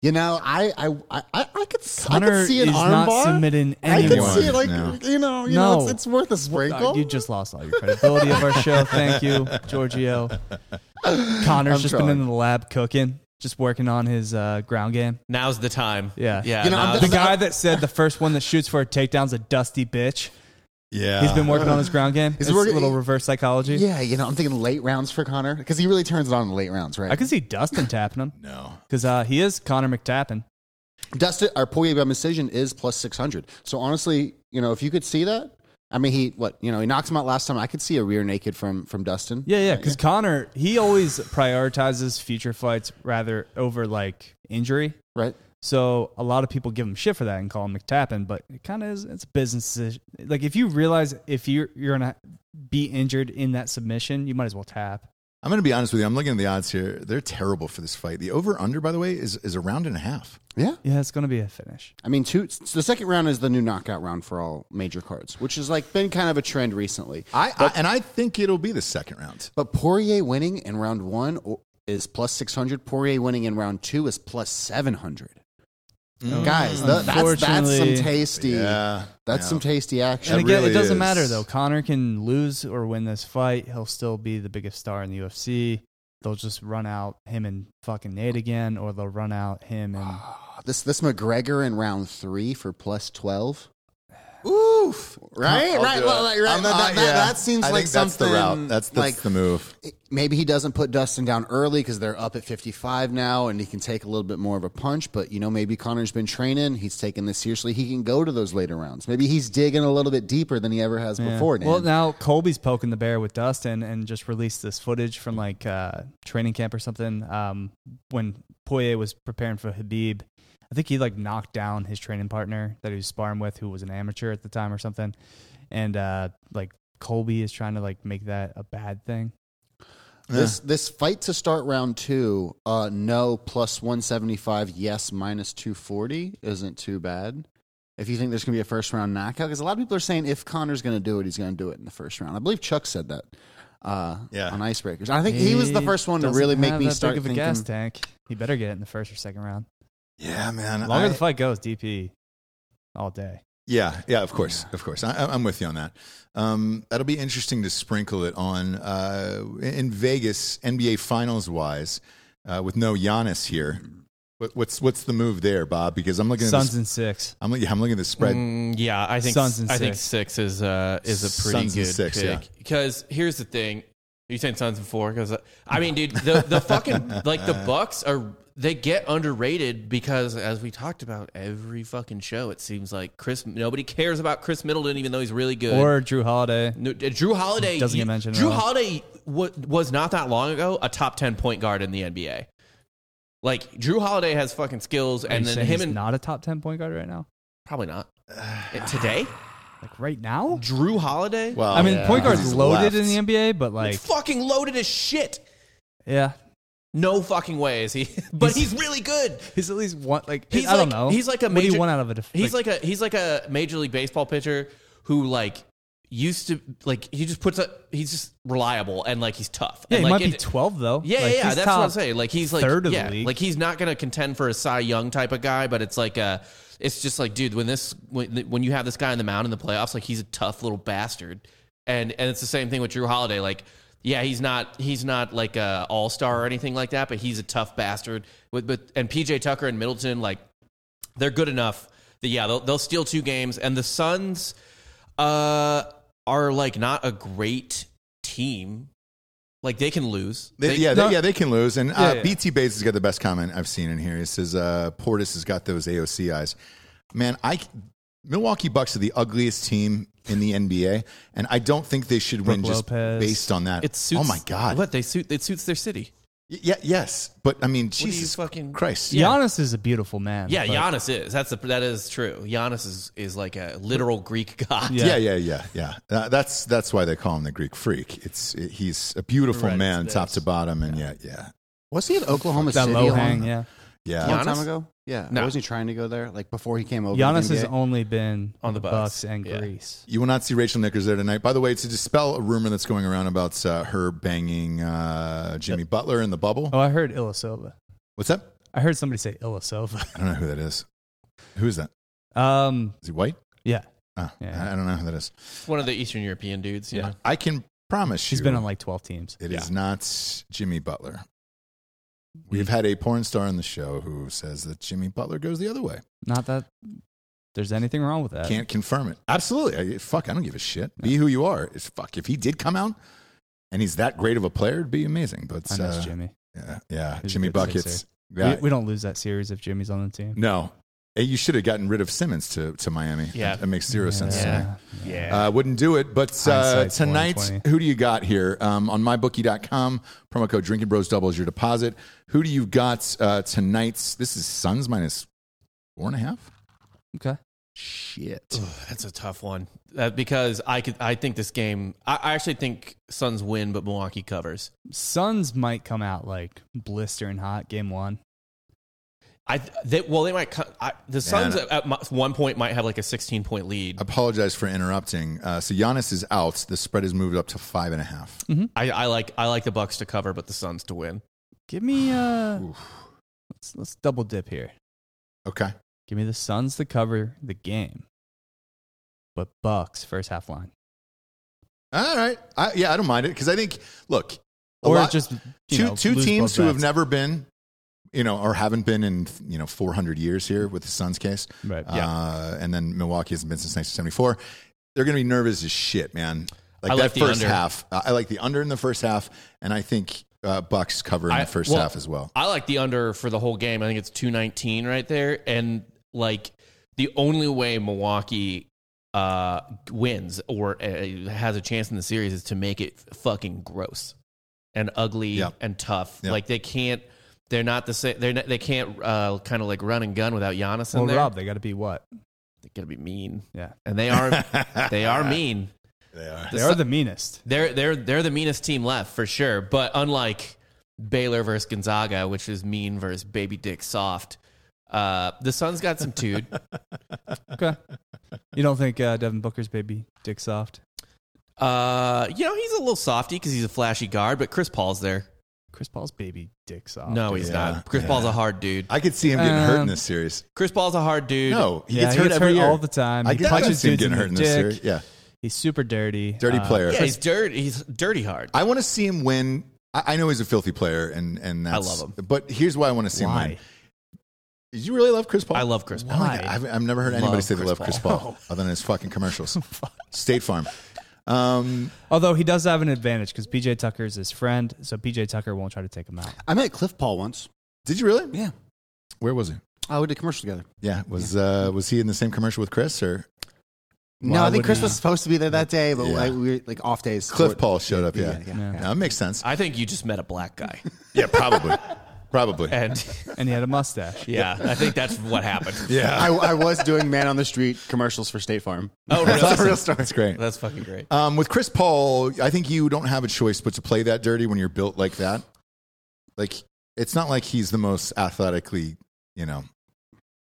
C: You know, I I I, I I could s- I
D: Connor
C: could see an
D: is not
C: armbar.
D: submitting
C: I could
D: anyone.
B: anyone.
C: see it like
B: No.
C: you know you
D: No.
C: know it's, it's worth a
D: Uh,
C: sprinkle.
D: you just lost all your credibility of our show. Thank you, Giorgio. Connor's
C: I'm
D: just
C: trying.
D: been in the lab cooking, just working on his uh,
C: *laughs*
D: ground game.
A: Now's the time.
D: Yeah.
A: Yeah.
C: You know, I'm
A: now's
D: The
C: just-
D: guy that said the first one that shoots for a takedown's a dusty bitch.
B: yeah,
D: *laughs* He's been working on his ground game.
C: Uh, He's
D: it's
C: working-
D: a little reverse psychology.
C: yeah, you know, I'm thinking late rounds for Connor because he really turns it on in the late rounds, right?
D: I can see Dustin tapping him
B: No,
D: because uh, he is Connor McTappin.
C: Dustin our Poirier by decision is plus six hundred. So honestly, you know, if you could see that, I mean, he what you know, he knocks him out last time. I could see a rear naked from from Dustin.
D: Yeah, yeah. Because Connor, he always prioritizes future fights rather over like injury.
C: right.
D: So a lot of people give him shit for that and call him McTappin, but it kind of is. It's a business decision. Like if you realize if you're you're gonna be injured in that submission, you might as well tap.
B: I'm going to be honest with you. I'm looking at the odds here. They're terrible for this fight. The over under, by the way, is, is a round and a half.
C: Yeah.
D: Yeah, it's going to be a finish.
C: I mean, two. s- The second round is the new knockout round for all major cards, which has like been kind of a trend recently.
B: I, I and I think it'll be the second round.
C: But Poirier winning in round one o- is plus six hundred. Poirier winning in round two is plus seven hundred. Mm. Guys, tha- that's, that's some
D: Unfortunately-
C: tasty.
B: Mm. Yeah,
C: That's
B: yeah.
C: some tasty action.
D: And
B: That
D: again,
B: really
D: it doesn't
B: is.
D: matter though. Connor can lose or win this fight. He'll still be the biggest star in the UFC. They'll just run out him and fucking Nate again, or they'll run out him and
C: This this McGregor in round three for plus twelve.
B: Oof.
C: Right,
B: I'll
C: right,
B: do it.
C: well, like, right,
B: I'm
C: that-
B: not-
C: that-
B: uh, yeah.
C: that seems
B: I
C: like
B: think that's the
C: something,
B: route. That's, that's
C: like-
B: the move.
C: Maybe he doesn't put Dustin down early because they're up at 55 now and he can take a little bit more of a punch. But, you know, maybe Connor's been training. He's taking this seriously. He can go to those later rounds. Maybe he's digging a little bit deeper than he ever has
D: Yeah.
C: before. Dan.
D: Well, now Colby's poking the bear with Dustin and just released this footage from like uh, training camp or something um, when Poirier was preparing for Habib. I think he like knocked down his training partner that he was sparring with, who was an amateur at the time or something, and uh, like Colby is trying to like make that a bad thing.
C: this, this fight to start round two, uh, no plus 175, yes minus 240 isn't too bad. If you think there's going to be a first round knockout, because a lot of people are saying if Connor's going to do it, he's going to do it in the first round. I believe Chuck said that. Uh,
B: Yeah.
C: on icebreakers. I think he was the first one to
D: Doesn't
C: really make
D: have
C: me
D: that big
C: start
D: of a
C: thinking.
D: gas tank. He better get it in the first or second round.
B: Yeah, man.
D: Longer
B: I-
D: the fight goes, DP all day.
B: Yeah, yeah, of course, of course. I, I'm with you on that. Um, that'll be interesting to sprinkle it on uh, in Vegas NBA Finals wise, uh, with no Giannis here. What, what's what's the move there, Bob? Because I'm looking at
D: Suns
B: this,
D: and six.
B: I'm, yeah, I'm looking at the spread.
A: Mm, yeah, I think
D: Suns and
A: I think
D: six.
A: six is uh, is a pretty
B: Suns and
A: good
B: six,
A: pick.
B: yeah.
A: Because here's the thing: Are you saying Suns and four? Because I mean, dude, the the fucking like
D: *laughs*
A: the Bucks are they get underrated because as we talked about every fucking show, it seems like Chris nobody cares about Chris Middleton even though he's really good.
D: Or Drew Holiday.
A: No, uh, Drew Holiday
D: Doesn't get mentioned at
A: Drew
D: all.
A: Holiday wa- was not that long ago a top ten point guard in the NBA. Like Drew Holiday has fucking skills,
D: Are you
A: and then
D: saying
A: him
D: he's
A: and
D: not a top ten point guard right now.
A: probably
D: *sighs*
A: not Uh, today.
D: Like right now?
A: Drew Holiday.
B: Well,
D: I mean, point
B: because
D: guard's
B: he's
D: loaded
B: left.
D: in the NBA, but like,
A: fucking loaded as shit.
D: yeah,
A: No fucking way is he, *laughs* but he's, really good.
D: he's at least one. Like,
A: He's
D: I don't
A: like-
D: know.
A: he's like a
D: what do you
A: major-
D: want out of a def-
A: He's like, a he's like a major league baseball pitcher who like used to like he just puts up he's just reliable and like he's tough.
D: yeah,
A: and,
D: he
A: like,
D: might be
A: it-
D: twelve though.
A: Yeah,
D: Like,
A: yeah, yeah,
D: he's
A: that's what I'm
D: top
A: saying. Like he's like
D: third of
A: yeah,
D: the league.
A: like he's not going to contend for a Cy Young type of guy, but it's like uh it's just like dude, when this when, when you have this guy on the mound in the playoffs, like he's a tough little bastard. And and it's the same thing with Drew Holiday. Like yeah, he's not he's not like a all star or anything like that, but he's a tough bastard. With but and PJ Tucker and Middleton, like they're good enough that yeah, they'll they'll steal two games. And the Suns uh are like not a great team. Like they can lose.
B: They, yeah,
D: no-
B: they, yeah, they can lose. And uh,
D: Yeah, yeah.
B: BT Bates has got the best comment I've seen in here. He says uh, Portis has got those AOC eyes. Man, I Milwaukee Bucks are the ugliest team in the NBA, and I don't think they should win
D: Brook
B: just
D: Lopez.
B: based on that.
A: It suits.
B: oh my god.
A: What they suit? It suits their city.
B: Y- Yeah, yes, but I mean,
A: do you
B: Jesus
A: fucking-
B: Christ,
D: Giannis is a beautiful man.
A: Yeah,
D: but
A: Giannis is. That's the that is true. Giannis is is like a literal Greek god.
D: Yeah.
B: yeah, yeah, yeah, yeah. Uh, that's that's why they call him the Greek Freak. It's it, he's a beautiful
D: Right,
B: man,
D: it's
B: top
D: this.
B: to bottom, and yeah, yeah,
C: Was he at Oklahoma
D: That
C: City?
D: low
C: on-
D: hang. Yeah,
B: yeah.
C: a long time
A: Giannis?
C: ago. Yeah,
A: No.
C: or was he trying to go there? Like before he came over. to
D: Giannis
C: the
D: has
C: NBA?
D: only been
A: On the Bucks.
D: Bucks and
A: Yeah.
D: Greece.
B: You will not see Rachel Nickers there tonight. By the way, to dispel a rumor that's going around about uh, her banging uh, Jimmy Butler in the bubble.
D: Oh, I heard Ilasova.
B: What's that?
D: I heard somebody say Ilasova.
B: I don't know who that is. Who is that?
D: *laughs* Um,
B: Is he white?
D: yeah,
B: Oh,
D: Yeah.
B: I, I don't know who that is.
A: *laughs* One of the Eastern European dudes. Yeah.
B: I can promise you,
D: she's been on like twelve teams.
B: it is not Jimmy Butler.
D: Hmm.
B: We've had a porn star on the show who says that Jimmy Butler goes the other way.
D: Not that there's anything wrong with that.
B: Can't confirm it. Absolutely. I, fuck, I don't give a shit. Be who you are. It's, fuck, if he did come out and he's that great of a player, it'd be amazing. But
D: I miss
B: uh,
D: Jimmy.
B: yeah, yeah
D: He's a
B: Jimmy
D: good
B: Buckets.
D: sixer.
B: Yeah.
D: We, we don't lose that series if Jimmy's on the team.
B: no. Hey, you should have gotten rid of Simmons to, to Miami.
A: Yeah.
B: That makes zero sense to me.
D: Yeah.
B: Uh, wouldn't do it. But uh,
D: Hindsight's
B: tonight,
D: 2020.
B: who do you got here? Um, on mybookie.com, promo code Drinking Bros Double is your deposit. Who do you got uh, tonight's? This is Suns minus four and a half.
D: Okay.
C: Shit.
A: That's a tough one uh, because I could. I think this game. I, I actually think Suns win, but Milwaukee covers.
D: Suns might come out like blistering hot game one.
A: I th- they, well, they might. co- I, the Suns at, at mo- one point might have like a 16 point lead.
B: Apologize for interrupting. Uh, so Giannis is out. The spread has moved up to five and a half.
A: I, I like I like the Bucks to cover, but the Suns to win.
D: Give me uh let's let's double dip here.
B: Okay.
D: Give me the Suns to cover the game. But Bucks first half line.
B: All right. I, yeah, I don't mind it because I think look, a
D: Or
B: lot-
D: just you
B: two
D: know,
B: two
D: lose
B: teams
D: both
B: who have
D: bets.
B: never been, you know, or haven't been in you know 400 years here with the Suns case.
D: Right.
B: Uh, and then Milwaukee hasn't been since 1974. They're going to be nervous as shit, man. Like
A: I
B: that
A: like the
B: first
A: under.
B: half. uh, I I like the under in the first half, and I think uh, Bucks cover in
A: I-
B: the first
A: well,
B: half as well.
A: I like the under for the whole game. I think it's 219 right there. And like the only way Milwaukee uh, wins or uh, has a chance in the series is to make it fucking gross and ugly
B: Yeah.
A: and tough.
B: Yeah.
A: Like they can't. They're not the same. They're not, they can't uh, kind of like run and gun without Giannis
D: Well,
A: in there.
D: Rob, they got to be what?
A: They're gonna be mean,
B: *laughs*
D: Yeah,
A: and they are. they are mean.
B: They are.
D: they are
B: *laughs*
D: the meanest.
A: They're they're they're the meanest team left for sure. But unlike Baylor versus Gonzaga, which is mean versus baby dick soft, uh, the Suns got some
B: *laughs*
A: dude.
D: Okay. You don't think uh, Devin Booker's baby dick soft?
A: Uh, you know he's a little softy because he's a flashy guard, but Chris Paul's there.
D: Chris Paul's baby dick soft.
A: no, he's
B: Oh, yeah,
A: not. Chris
B: yeah.
A: Paul's a hard dude.
B: I could see him getting hurt in
D: Um,
B: this series.
A: Chris Paul's a hard dude.
B: No, he
D: yeah,
B: gets hurt every year.
D: all the time.
B: I
D: he
B: can
D: punches
B: see him
D: dudes
B: getting
D: in the
B: hurt in this
D: dick.
B: series. Yeah,
D: He's super dirty.
B: dirty
D: Uh,
B: player.
A: yeah, he's dirty. He's dirty hard.
B: I want to see him win. I, I know he's a filthy player, and and that's,
A: love
B: him. But here's why I want to see him
D: Why?
B: win. Did you really love Chris Paul?
A: I love Chris
B: Oh
A: Paul.
B: my God, I've, I've never heard anybody
A: Love
B: say they
A: Chris
B: love
A: Paul.
B: Chris Paul other than his
A: *laughs*
B: fucking commercials. State Farm. Um,
D: Although he does have an advantage because PJ Tucker is his friend, so PJ Tucker won't try to take him out.
C: I met Cliff Paul once.
B: did you really?
C: Yeah.
B: Where was he?
C: Oh, we did commercials together.
B: Yeah, was uh, was he in the same commercial with Chris or
D: Why
C: no, I think
D: wouldn't
C: Chris
D: he?
C: was supposed to be there that day, but
B: Yeah.
C: like, we were, like off days.
B: Cliff Paul showed up?
C: Yeah,
B: Yeah,
C: yeah.
D: Yeah.
B: No, that
A: *laughs*
B: makes sense.
A: I think you just met a black guy,
B: Yeah, probably, probably.
A: and *laughs*
D: And he had a *laughs* mustache.
A: yeah, I think that's what happened.
B: Yeah,
C: I, I was doing man on the street commercials for State Farm.
A: Oh, really?
B: *laughs* that's a real story. That's great.
A: That's fucking great.
B: Um, with Chris Paul, I think you don't have a choice but to play that dirty when you're built like that. Like, it's not like he's the most athletically, you know,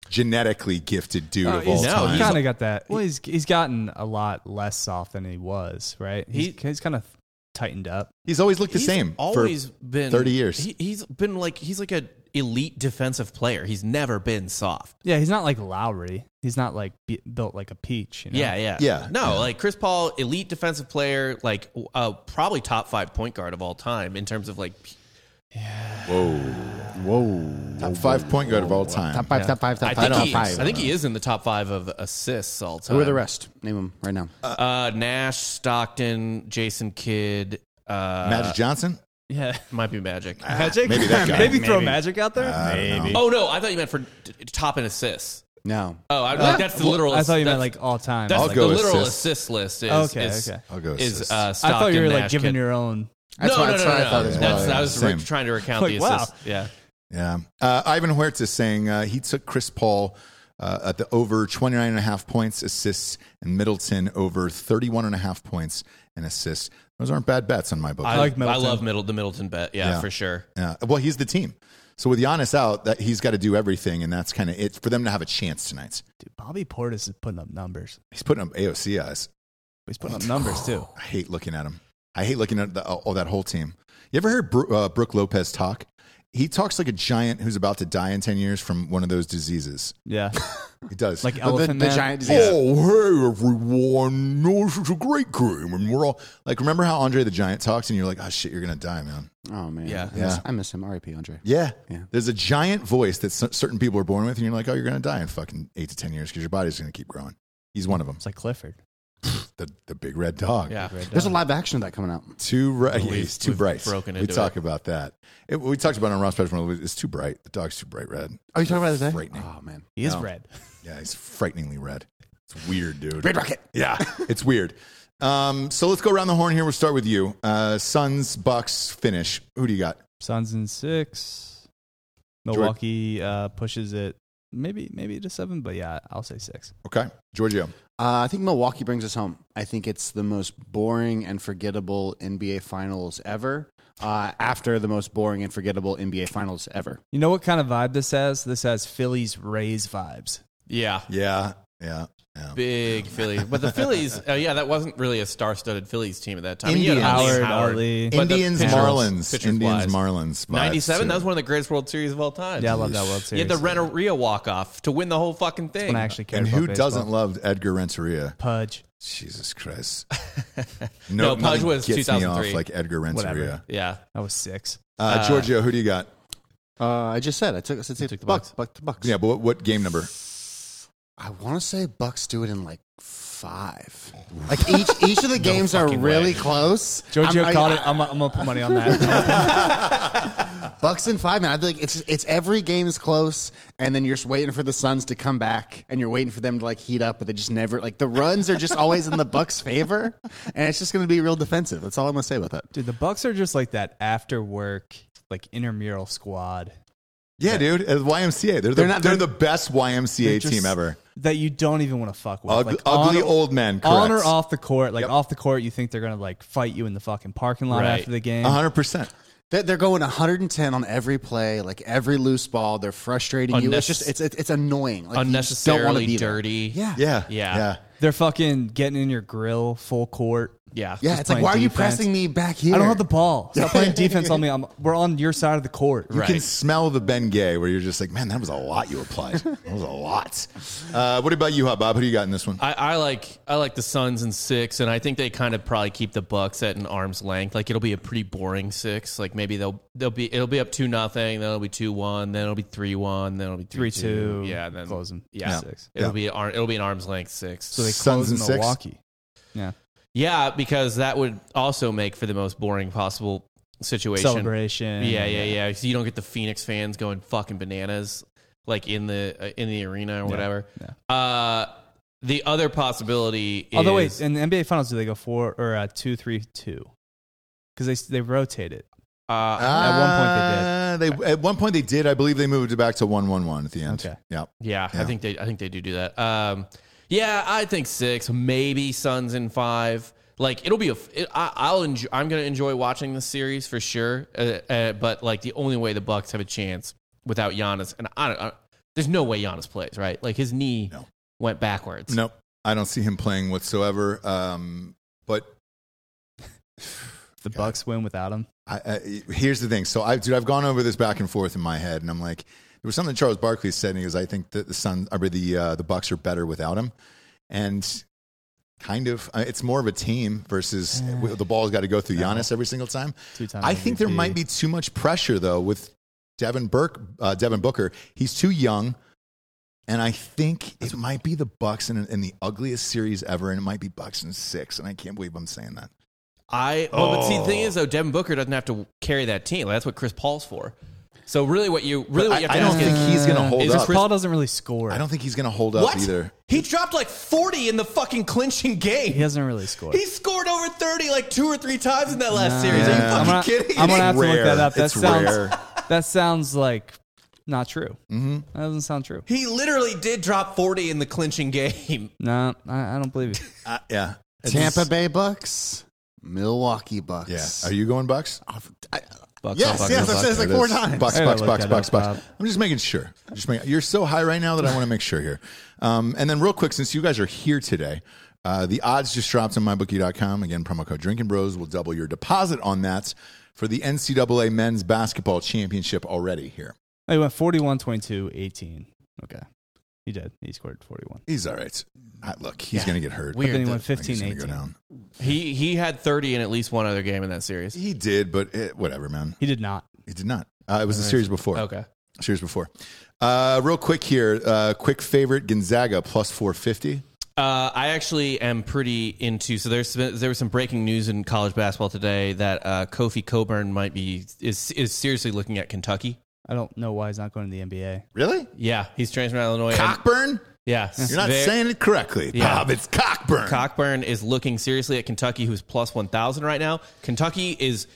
B: genetically gifted dude
D: Uh,
B: of all
D: he's
A: no,
B: time.
D: kind of got that. Well, he's he's gotten a lot less soft than he was, right? He's, he's kind of tightened up.
B: He's always looked the
A: He's
B: same. for-
A: Always been
B: 30 years.
A: He, he's been like he's like a elite defensive player. He's never been soft.
D: Yeah, he's not like Lowry. He's not like be, built like a peach. You know?
A: Yeah, yeah,
B: Yeah,
A: No,
B: yeah.
A: like Chris Paul, elite defensive player, like uh, probably top five point guard of all time in terms of like.
B: top five point guard of all time.
C: Top five, top five, top
A: I
C: five,
A: think,
C: top
A: he,
C: five.
A: I think he is in the top five of assists all time.
C: Who are the rest? Name them right now.
A: Uh, Nash, Stockton, Jason Kidd. Uh,
B: Magic Johnson.
D: yeah.
A: might be Magic.
D: Magic.
B: maybe
D: *laughs*
B: that guy.
D: Maybe throw magic out there.
B: Maybe.
A: Oh no, I thought you meant for t- top in assists.
C: No.
A: Oh, I,
B: Uh,
A: like, that's the
D: Well,
A: literal.
D: I thought you meant
A: that's-
D: like all time.
A: That's
B: I'll
A: the
B: go
A: literal
B: assists.
A: assist list. Is,
D: Okay,
A: is,
D: okay.
B: I'll go.
A: Is
B: assist.
A: uh,
D: I
A: Stockton,
D: thought you were like
A: Nash,
D: giving
A: Kidd.
D: your own.
C: That's
A: no,
C: what,
A: no,
C: that's
A: no,
C: what
A: no,
C: I thought
A: no.
C: as well.
A: That's,
B: yeah.
A: I was
B: Same.
A: trying to recount
D: Like,
A: the
D: wow.
A: assist. Yeah.
B: yeah. Uh, Ivan Huertz is saying uh, he took Chris Paul. Uh, at the over 29 and a half points, assists, and Middleton over 31 and a half points and assists. Those aren't bad bets on my book.
A: I,
D: like
A: like
D: Middleton.
A: I love Middle, the Middleton bet. Yeah,
B: Yeah.
A: for sure.
B: Yeah. Uh, Well, he's the team. So with Giannis out, that he's got to do everything, and that's kind of it for them to have a chance tonight.
D: Dude, Bobby Portis is putting up numbers.
B: He's putting up AOC eyes.
D: He's putting up numbers too.
B: I hate looking at him. I hate looking at the, oh, that whole team. You ever heard Bru uh, Brooke Lopez talk? He talks like a giant who's about to die in ten years from one of those diseases.
D: Yeah,
B: He does.
D: like
C: The,
D: elephant
C: the
D: man.
C: giant disease.
B: Oh, hey, everyone. This is a great game. And we're all like, remember how Andre the Giant talks and you're like, oh, shit, you're going to die, man.
C: Oh, man.
A: Yeah.
C: I miss,
B: Yeah.
C: I miss him. RIP, Andre.
B: Yeah.
C: Yeah.
B: There's a giant voice that cer- certain people are born with, and you're like, oh, you're going to die in fucking eight to 10 years because your body's going to keep growing. He's one of them.
D: It's like Clifford.
B: The, the big red dog.
A: Yeah.
C: There's a live action of that coming out.
B: Too right.
A: We've-
B: *laughs* He's too
A: we've
B: bright.
A: broken
B: we
A: into
B: talk about that. It- we talked about it on Ross Spectrum. It's too bright. The dog's too bright red.
C: Oh, you talking about it today?
B: Frightening.
C: Oh, man.
D: He is
B: No.
D: *laughs* red.
B: Yeah, he's frighteningly red. It's weird, dude.
C: Red Rocket.
A: *laughs*
B: Yeah, it's weird. Um, so let's go around the horn here. We'll start with you. Uh, Suns, Bucks, finish. Who do you got?
D: Suns in six.
B: Jordan.
D: Milwaukee uh, pushes it maybe maybe to seven, but yeah, I'll say six.
B: Okay, Giorgio.
C: Uh, I think Milwaukee brings us home. I think it's the most boring and forgettable NBA Finals ever. Uh, after the most boring and forgettable NBA Finals ever.
D: You know what kind of vibe this has? This has Phillies Rays vibes.
A: Yeah.
B: Yeah, yeah, yeah.
A: Big Philly. But the
B: *laughs*
A: Phillies, uh, yeah, that wasn't really a star studded Phillies team at that time.
B: Indians.
A: You had Alex
D: Howard, Ali.
A: but the
B: Indians,
A: pitchers-
B: Marlins,
A: pitchers
B: Indians,
A: wise.
B: Marlins. vibes,
A: 97,
B: too.
A: that was one of the greatest World Series of all time.
D: Yeah, I love that World
A: You
D: Series.
A: had the Renteria walk off to win the whole fucking thing.
D: when I actually cared
B: And
D: about
B: who
D: baseball.
B: doesn't love Edgar Renteria?
D: Pudge?
A: *laughs*
B: Jesus Christ.
A: No, Pudge
B: nothing
A: was
B: gets me off
A: 2003.
B: like Edgar Renteria.
D: Whatever.
A: yeah.
D: That was six.
B: Uh, Giorgio, who do you got?
C: Uh, I just said I took I said take
A: the
C: the
A: Bucks.
C: bucks. Buck to bucks.
B: Yeah, but what, what game number?
C: I want to say Bucks do it in like
D: *laughs*
C: five. Like each each of the games are really close.
D: Giorgio
C: I'm- I-
D: called
C: I-
D: it. I'm, I'm gonna put money on that.
C: Bucks in five, man. I'd be like, it's it's every game is close, and then you're just waiting for the Suns to come back, and you're waiting for them to like heat up, but they just never like the runs are just always in the Bucks' favor, and it's just going to be real defensive. That's all I'm going to say about that.
D: Dude, the Bucks are just like that after work, like intramural squad.
B: Yeah, dude, uh, YMCA. They're the, they're
C: They're not-
B: the best
D: They're
B: YMCA
D: just-
B: team ever.
D: That you don't even want to fuck with.
B: Ug-
D: Like,
B: ugly
D: on-
B: old men, correct?
D: On or off the court, like
B: Yep.
D: off the court, you think they're gonna like fight you in the fucking parking lot
A: Right.
D: after the game.
B: 100%.
C: They're, they're going 110 on every play, like every loose ball. They're frustrating you. It's
A: Unnecess-
C: just it's it's, it's annoying. Like, you just don't wanna
A: Unnecessarily
C: be there.
A: dirty.
C: Yeah.
B: Yeah.
A: Yeah.
B: Yeah.
D: They're fucking getting in your grill full court.
A: Yeah.
C: Yeah,
D: Just
C: it's like
D: playing
C: why are you
D: defense.
C: pressing me back here?
D: I don't have the ball. Stop playing defense on me. I'm, we're on your side of the court.
B: You can
A: Right.
B: smell the Ben Gay where you're just like, man, that was a lot you applied. that was a lot. Uh, what about you, Hot Bob? Who do you got in this one?
A: I, I like I like the Suns in six, and I think they kind of probably keep the Bucks at an arm's length. Like it'll be a pretty boring six. Like maybe they'll they'll be it'll be up two nothing, then it'll be two one, then it'll be three one, then it'll be three
D: Three two.
A: yeah, and then
D: close them.
A: yeah.
D: six.
A: It'll
B: Yeah.
A: be ar- it'll be an arm's length six.
D: So they
B: Suns
D: close
B: and
D: in
B: six?
D: Milwaukee. Yeah,
A: yeah, because that would also make for the most boring possible situation.
D: celebration.
A: Yeah, yeah, yeah. So you don't get the Phoenix fans going fucking bananas like in the uh, in the arena or whatever. Uh, the other possibility is
D: Although wait, in the NBA Finals, do they go four or uh, two, three, two? Because they s- they rotate it.
A: uh,
D: at
B: one point Uh, they did. They, at one point they did. I believe they moved it back to 1 1 1 at the end.
D: Okay.
B: Yeah.
A: Yeah,
B: Yeah.
A: I think they I think they do do that. Um, yeah, I think six, maybe Suns in five. Like it'll be a. It, I, I'll enjoy. I'm gonna enjoy watching this series for sure. Uh, uh, but like the only way the Bucks have a chance without Giannis, and I don't. I, there's no way Giannis plays right. Like his knee
B: No.
A: went backwards.
B: Nope. I don't see him playing whatsoever. Um, but
D: The Bucks win without him.
B: I, I, here's the thing. So I, dude, I've gone over this back and forth in my head, and I'm like, there was something Charles Barkley said, and he goes, "I think that the Sun, or the uh, the Bucks are better without him," and kind of, uh, it's more of a team versus w the ball's got to go through Giannis every single time.
D: Two-time
B: I think there
D: MVP.
B: might be too much pressure though with Devin Burke, uh, Devin Booker. He's too young. And I think it might be the Bucks in, in the ugliest series ever, and it might be Bucks in six. And I can't believe I'm saying that.
A: I well, but see, the thing
B: Oh.
A: is though, Devin Booker doesn't have to carry that team. That's what Chris Paul's for. So really, what you really what
B: I,
A: you have to
B: I don't
A: ask is,
B: think he's going to hold
A: is
B: up.
D: Paul doesn't really score.
B: I don't think he's going to hold up
A: what
B: either.
A: he dropped like 40 in the fucking clinching game.
D: He doesn't really score.
A: He scored over 30 like two or three times in that last series.
B: Yeah.
A: Are you
D: I'm
A: fucking
D: gonna,
A: kidding?
D: I'm gonna
B: It's
D: have to
B: rare.
D: look that up. That
B: It's
D: sounds
B: rare.
D: that sounds like not true. Mm-hmm. That doesn't sound true.
A: he literally did drop 40 in the clinching game.
D: No, I, I don't believe you.
B: Uh, yeah.
C: Tampa Bay Bucks, Milwaukee Bucks.
B: Yeah. Are you going Bucks?
C: I,
A: Bucks
C: yes, yes, I've said this like
B: It
C: four
B: is.
C: times.
B: Bucks,
D: I
B: Bucks,
D: gotta
B: Bucks,
D: look
B: Bucks,
D: that up,
B: Bucks. I'm just making sure. I'm Just making, you're so high right now that I want to make sure here. Um, and then real quick, since you guys are here today, uh, the odds just dropped on mybookie.com. Again, promo code Drinking Bros will double your deposit on that for the NCAA Men's Basketball Championship already here.
D: Oh, He went 41, 22, 18. Okay. He did. He scored 41.
B: He's all right. Uh, look, he's going to get hurt.
D: But then he went
B: I think he's
D: 15,
B: gonna go
D: 18.
B: down.
A: *laughs* He he had 30 in at least one other game in that series.
B: He did, but it, whatever, man.
D: He did not.
B: He did not. Uh, it was the series before.
A: Okay.
B: Series before. Uh, real quick here. Uh, quick favorite Gonzaga plus 450.
A: Uh, I actually am pretty into. So there's been- there was some breaking news in college basketball today that uh, Kofi Coburn might be is is seriously looking at Kentucky.
D: I don't know why he's not going to the NBA.
B: Really?
A: Yeah, he's transferring to Illinois. and-
B: Cockburn?
A: yeah,
B: You're not
A: Very-
B: saying it correctly,
A: Yeah.
B: Bob. It's Cockburn.
A: Cockburn is looking seriously at Kentucky, who's plus 1,000 right now. Kentucky is,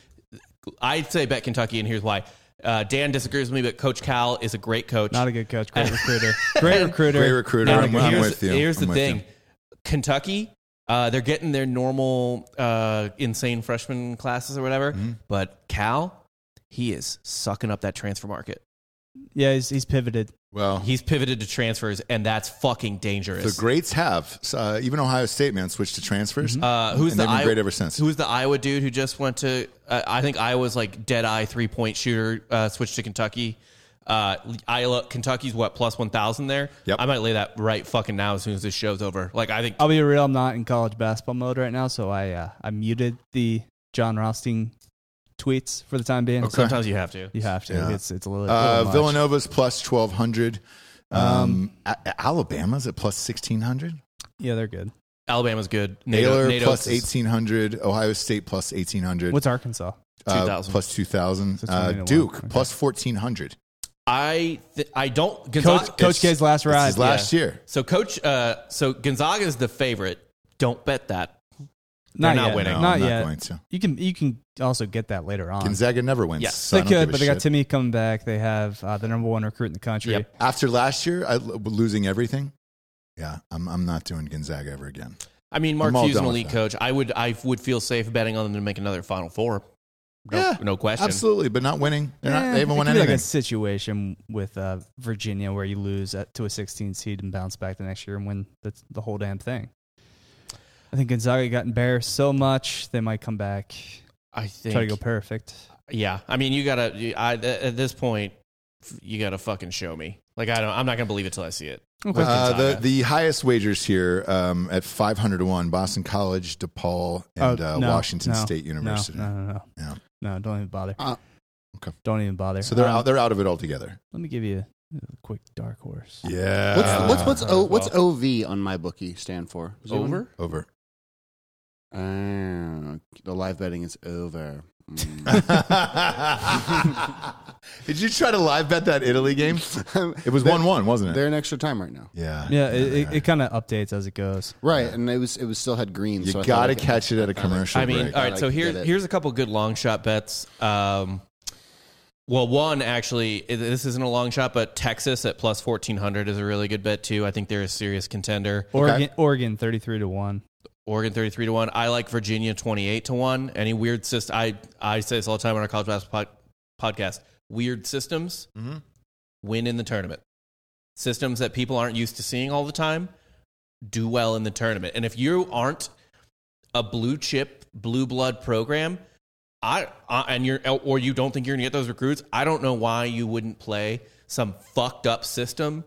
A: I'd say bet Kentucky, and here's why. Uh, Dan disagrees with me, but Coach Cal is a great coach.
D: Not a good coach. Great recruiter. Great recruiter.
B: Great recruiter.
A: And
B: I'm, I'm
A: here's,
B: with you.
A: Here's
B: I'm
A: the
B: with
A: thing:
B: you.
A: Kentucky, uh, they're getting their normal uh, insane freshman classes or whatever,
B: Mm-hmm.
A: but Cal, he is sucking up that transfer market.
D: Yeah, he's, he's pivoted.
B: Well,
A: He's pivoted to transfers, and that's fucking dangerous.
B: the greats have. So, Uh, even Ohio State, man, switched to transfers.
A: uh, who's
B: And
A: the
B: they've been
A: Iowa,
B: great ever since.
A: Who's the Iowa dude who just went to? Uh, I think Iowa's like dead eye three point shooter uh, switched to Kentucky. Uh, Iowa, Kentucky's what plus one thousand there.
B: Yep. Uh,
A: I might lay that right fucking now as soon as this show's over. Like I think
D: I'll be real. I'm not in college basketball mode right now, so I uh, I muted the John Rothstein tweets for the time being. So
A: sometimes you have to.
D: you have to.
B: Yeah.
D: It's it's a little,
A: oh
B: Uh,
D: little much.
B: Villanova's plus 1,200. Um, A- Alabama's at plus 1,600.
D: Yeah, they're good.
A: Alabama's good.
B: Baylor
A: NATO's
B: plus
A: is-
B: 1,800. Ohio State plus 1,800.
D: What's Arkansas?
B: uh,
A: 2,000.
B: plus 2,000.
D: So it's
B: Uh,
D: 20 to one.
B: Duke
D: Okay.
B: plus 1,400.
A: I th- I don't
D: Coach
A: Gonzaga.
D: Coach K's last
B: This
D: ride.
B: is last year.
A: so coach. Uh, so Gonzaga is the favorite. Don't bet that.
D: Not,
A: not
D: yet.
A: winning.
B: No,
D: Not,
B: I'm
D: yet.
B: not going to.
D: You can you can also get that later on.
B: Gonzaga never wins.
A: Yes,
B: so I
D: they
B: don't give
D: could,
B: a
D: but they got
B: shit.
D: Timmy coming back. They have uh, the number one recruit in the country.
A: Yep.
B: After last year, I, losing everything. Yeah, I'm, I'm not doing Gonzaga ever again.
A: I mean, Mark
B: I'm all
A: Hughes, an
B: done with
A: elite
B: that.
A: coach. I would I would feel safe betting on them to make another Final Four. No,
B: Yeah,
A: no question.
B: Absolutely, but not winning. They're
D: Eh,
B: not, they haven't
D: it
B: won
D: could be
B: anything.
D: Like a situation with uh, Virginia where you lose at, to a 16 seed and bounce back the next year and win the, the whole damn thing. I think Gonzaga got embarrassed so much they might come back
A: I think.
D: try to go perfect.
A: yeah, I mean, you gotta. you- I, at this point, you gotta fucking show me. Like I don't. I'm not gonna believe it till I see it.
D: Okay.
B: Uh, the
A: Gonzaga.
B: the highest wagers here um, at 500 to 1 Boston College, DePaul, and
D: Oh,
B: uh,
D: no,
B: Washington
D: no,
B: State University.
D: No, no, no, no.
B: Yeah.
D: No, don't even bother.
C: Uh,
B: okay.
D: Don't even bother.
B: So they're
D: Um,
B: out, they're out of it altogether.
D: Let me give you a quick dark horse.
B: Yeah.
C: What's
A: Uh,
C: what's what's
A: uh,
C: o, what's OV on my bookie stand for? Is it
A: Over.
B: over?
C: Oh, the live betting is over. Mm.
B: *laughs* Did you try to live bet that Italy
C: *laughs*
B: game? *laughs* It was
C: They're-
B: 1 1, wasn't it?
C: They're in extra time right now.
B: Yeah.
D: *laughs* Yeah, it, it, it kind of updates as it goes.
C: Right, and it was it was still had green.
B: you
C: so I thought
B: got to
C: I could-
B: catch it at a commercial
A: I mean,
B: break.
A: all
C: I
A: right. So
C: could
A: here,
C: get it.
A: here's a couple good long shot bets. Um, well, one actually, i- this isn't a long shot, but Texas at plus fourteen hundred is a really good bet too. I think they're a serious contender.
D: Oregon, Oregon, 33 to 1.
A: Oregon thirty three to one. I like Virginia twenty eight to one. Any weird system? I I say this all the time on our college basketball pod- podcast. Weird systems
C: Mm-hmm.
B: Mhm.
A: win in the tournament. Systems that people aren't used to seeing all the time do well in the tournament. And if you aren't a blue chip, blue blood program, I, I and you're or you don't think you're going to get those recruits, I don't know why you wouldn't play some fucked up system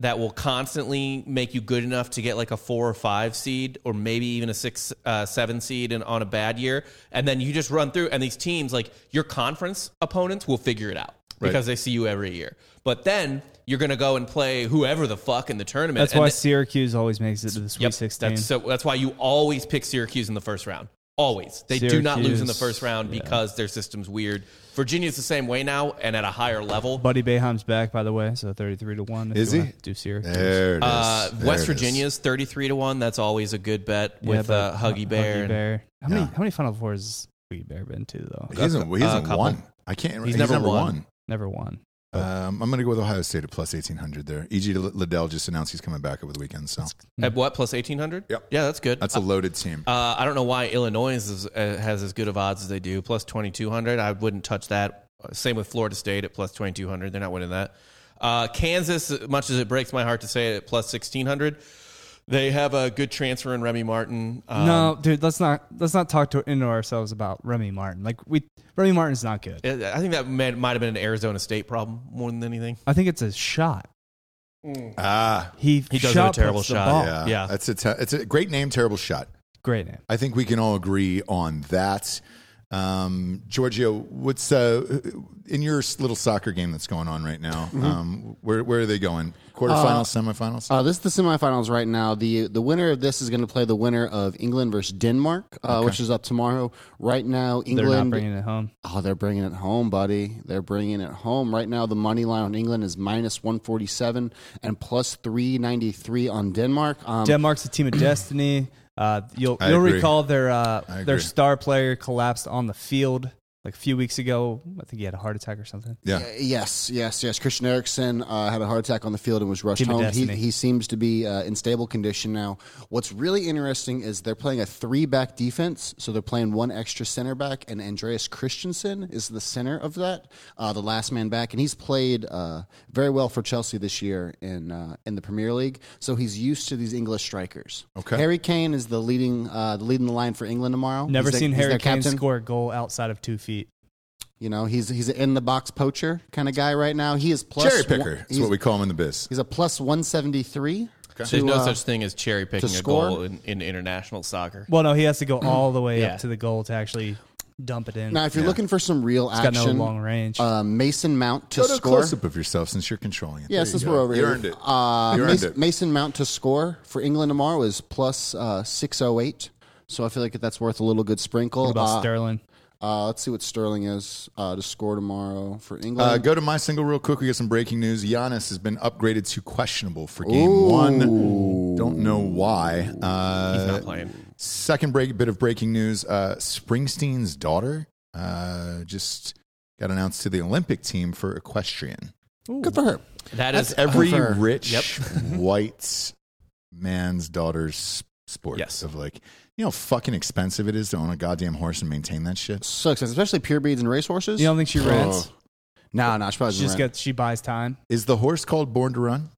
A: that will constantly make you good enough to get like a four or five seed or maybe even a six uh, seven seed and on a bad year and then you just run through and these teams like your conference opponents will figure it out
B: Right.
A: because they see you every year but then you're going to go and play whoever the fuck in the tournament
D: That's
A: and
D: why
A: th-
D: Syracuse always makes it to the Sweet 16.
A: that's so that's why you always pick Syracuse in the first round. Always. They do not lose in the
D: Syracuse,
A: first round because their system's weird. Virginia's the same way now and at a higher level.
D: Buddy Bayheim's back, by the way, so 33 to 1. if
B: Is
D: you
B: he?
D: wanna Do Syracuse.
B: there it is.
A: Uh,
B: There
A: West
B: it is.
A: Virginia's 33 to 1. That's always a good bet
D: Yeah,
A: with
D: but
A: uh, Huggy Bear. and-
D: How, many,
B: Yeah.
D: how many Final Fours has Huggy Bear been to, though?
B: He hasn't, he
A: a
B: hasn't
A: couple.
B: won. I can't remember.
A: He's never won.
D: Never won.
B: Um, I'm going to go with Ohio State at plus 1,800 there. E.G. Liddell just announced he's coming back over the weekend, so
A: At what? Plus 1800?
B: Yep.
A: Yeah, that's good.
B: that's a loaded team.
A: uh, I don't know why Illinois is, uh, has as good of odds as they do. Plus 2200. I wouldn't touch that. Uh, Same with Florida State at plus 2200. They're not winning that. Uh, Kansas, as much as it breaks my heart to say it, at plus 1600. They have a good transfer in Remy Martin. Um,
D: no, dude, let's not let's not talk to into ourselves about Remy Martin. Like we, Remy Martin's not good.
A: It- I think that may, might have been an Arizona State problem more than anything.
D: I think it's a shot.
B: ah,
D: He
A: He does have a
D: shot
A: terrible
D: puts the
A: shot,
D: ball.
B: yeah.
A: Oh, yeah.
B: That's a te- it's a great name, terrible shot.
D: Great name.
B: I think we can all agree on that. Um, Giorgio, what's uh, in your little soccer game that's going on right now? Um, where where are they going? Quarterfinals, semifinals?
C: Mm-hmm. Uh, this is the semifinals right now. the The winner of this is going to play the winner of England versus Denmark, uh, which is up tomorrow. Right now,
D: They're
C: England.
D: not bringing it home.
C: oh, they're bringing it home, buddy. They're bringing it home. Right now, the money line on England is minus one forty seven and plus three ninety three on Denmark. Um,
D: Denmark's a team of destiny. Uh, you'll
B: I
D: you'll
B: agree.
D: recall their uh,
B: I
D: their
B: agree.
D: star player collapsed on the field Like a few weeks ago, I think he had a heart attack or something.
B: Yeah.
C: Y- Yes, yes, yes. Christian Erickson uh, had a heart attack on the field and was rushed
D: Team of
C: home. He,
D: Destiny.
C: he seems to be uh, in stable condition now. What's really interesting is they're playing a three back defense, so they're playing one extra center back, and Andreas Christensen is the center of that, uh, the last man back, and he's played uh, very well for Chelsea this year in uh, in the Premier League. So he's used to these English strikers.
B: Okay.
C: Harry Kane is the leading uh, leading the line for England tomorrow.
D: Never
C: He's their-
D: seen
C: he's their
D: Harry Kane
C: captain.
D: score a goal outside of two feet.
C: You know, he's he's an in the box poacher kind of guy right now. He is plus
B: Cherry
C: one-
B: picker is
C: he's-
B: what we call him in the biz.
C: He's a plus 173.
A: There's
C: to,
A: no
C: uh,
A: such thing as cherry picking a
C: score?
A: goal in, in international soccer.
D: Well, no, he has to
C: Mm.
D: go all the way
A: Yeah.
D: up to the goal to actually dump it in.
C: Now, if you're looking for some real
D: He's got
C: action,
D: no long range.
C: uh, Mason Mount to
B: Go to a
C: score.
B: close up of yourself since you're controlling it.
C: Yeah,
B: There
C: since
B: you
C: we're
B: go.
C: over
B: you
C: here.
B: earned it.
C: Uh,
B: You earned
C: Mason,
B: it.
C: Mason Mount to score for England tomorrow is plus uh, 608. So I feel like that's worth a little good sprinkle.
D: what about
C: Uh,
D: Sterling?
C: uh, let's see what Sterling is uh, to score tomorrow for England.
B: Uh, go to my single real quick. We get some breaking news. Giannis has been upgraded to questionable for game one. Don't know why. Uh,
A: He's not playing.
B: Second break, bit of breaking news. Uh, Springsteen's daughter uh, just got announced to the Olympic team for equestrian.
C: good for her.
A: That
B: That's
A: is
B: every
C: unfair.
B: rich
A: Yep.
B: *laughs* white man's daughter's sport.
A: Yes.
B: Of like, you know how fucking expensive it is to own a goddamn horse and maintain that shit?
C: So expensive, especially purebreds and racehorses.
D: You don't
B: Oh,
D: think she rents?
C: Nah, nah, she probably
D: she
C: doesn't
D: just
C: rent.
D: gets she buys time.
B: Is the horse called Born to Run?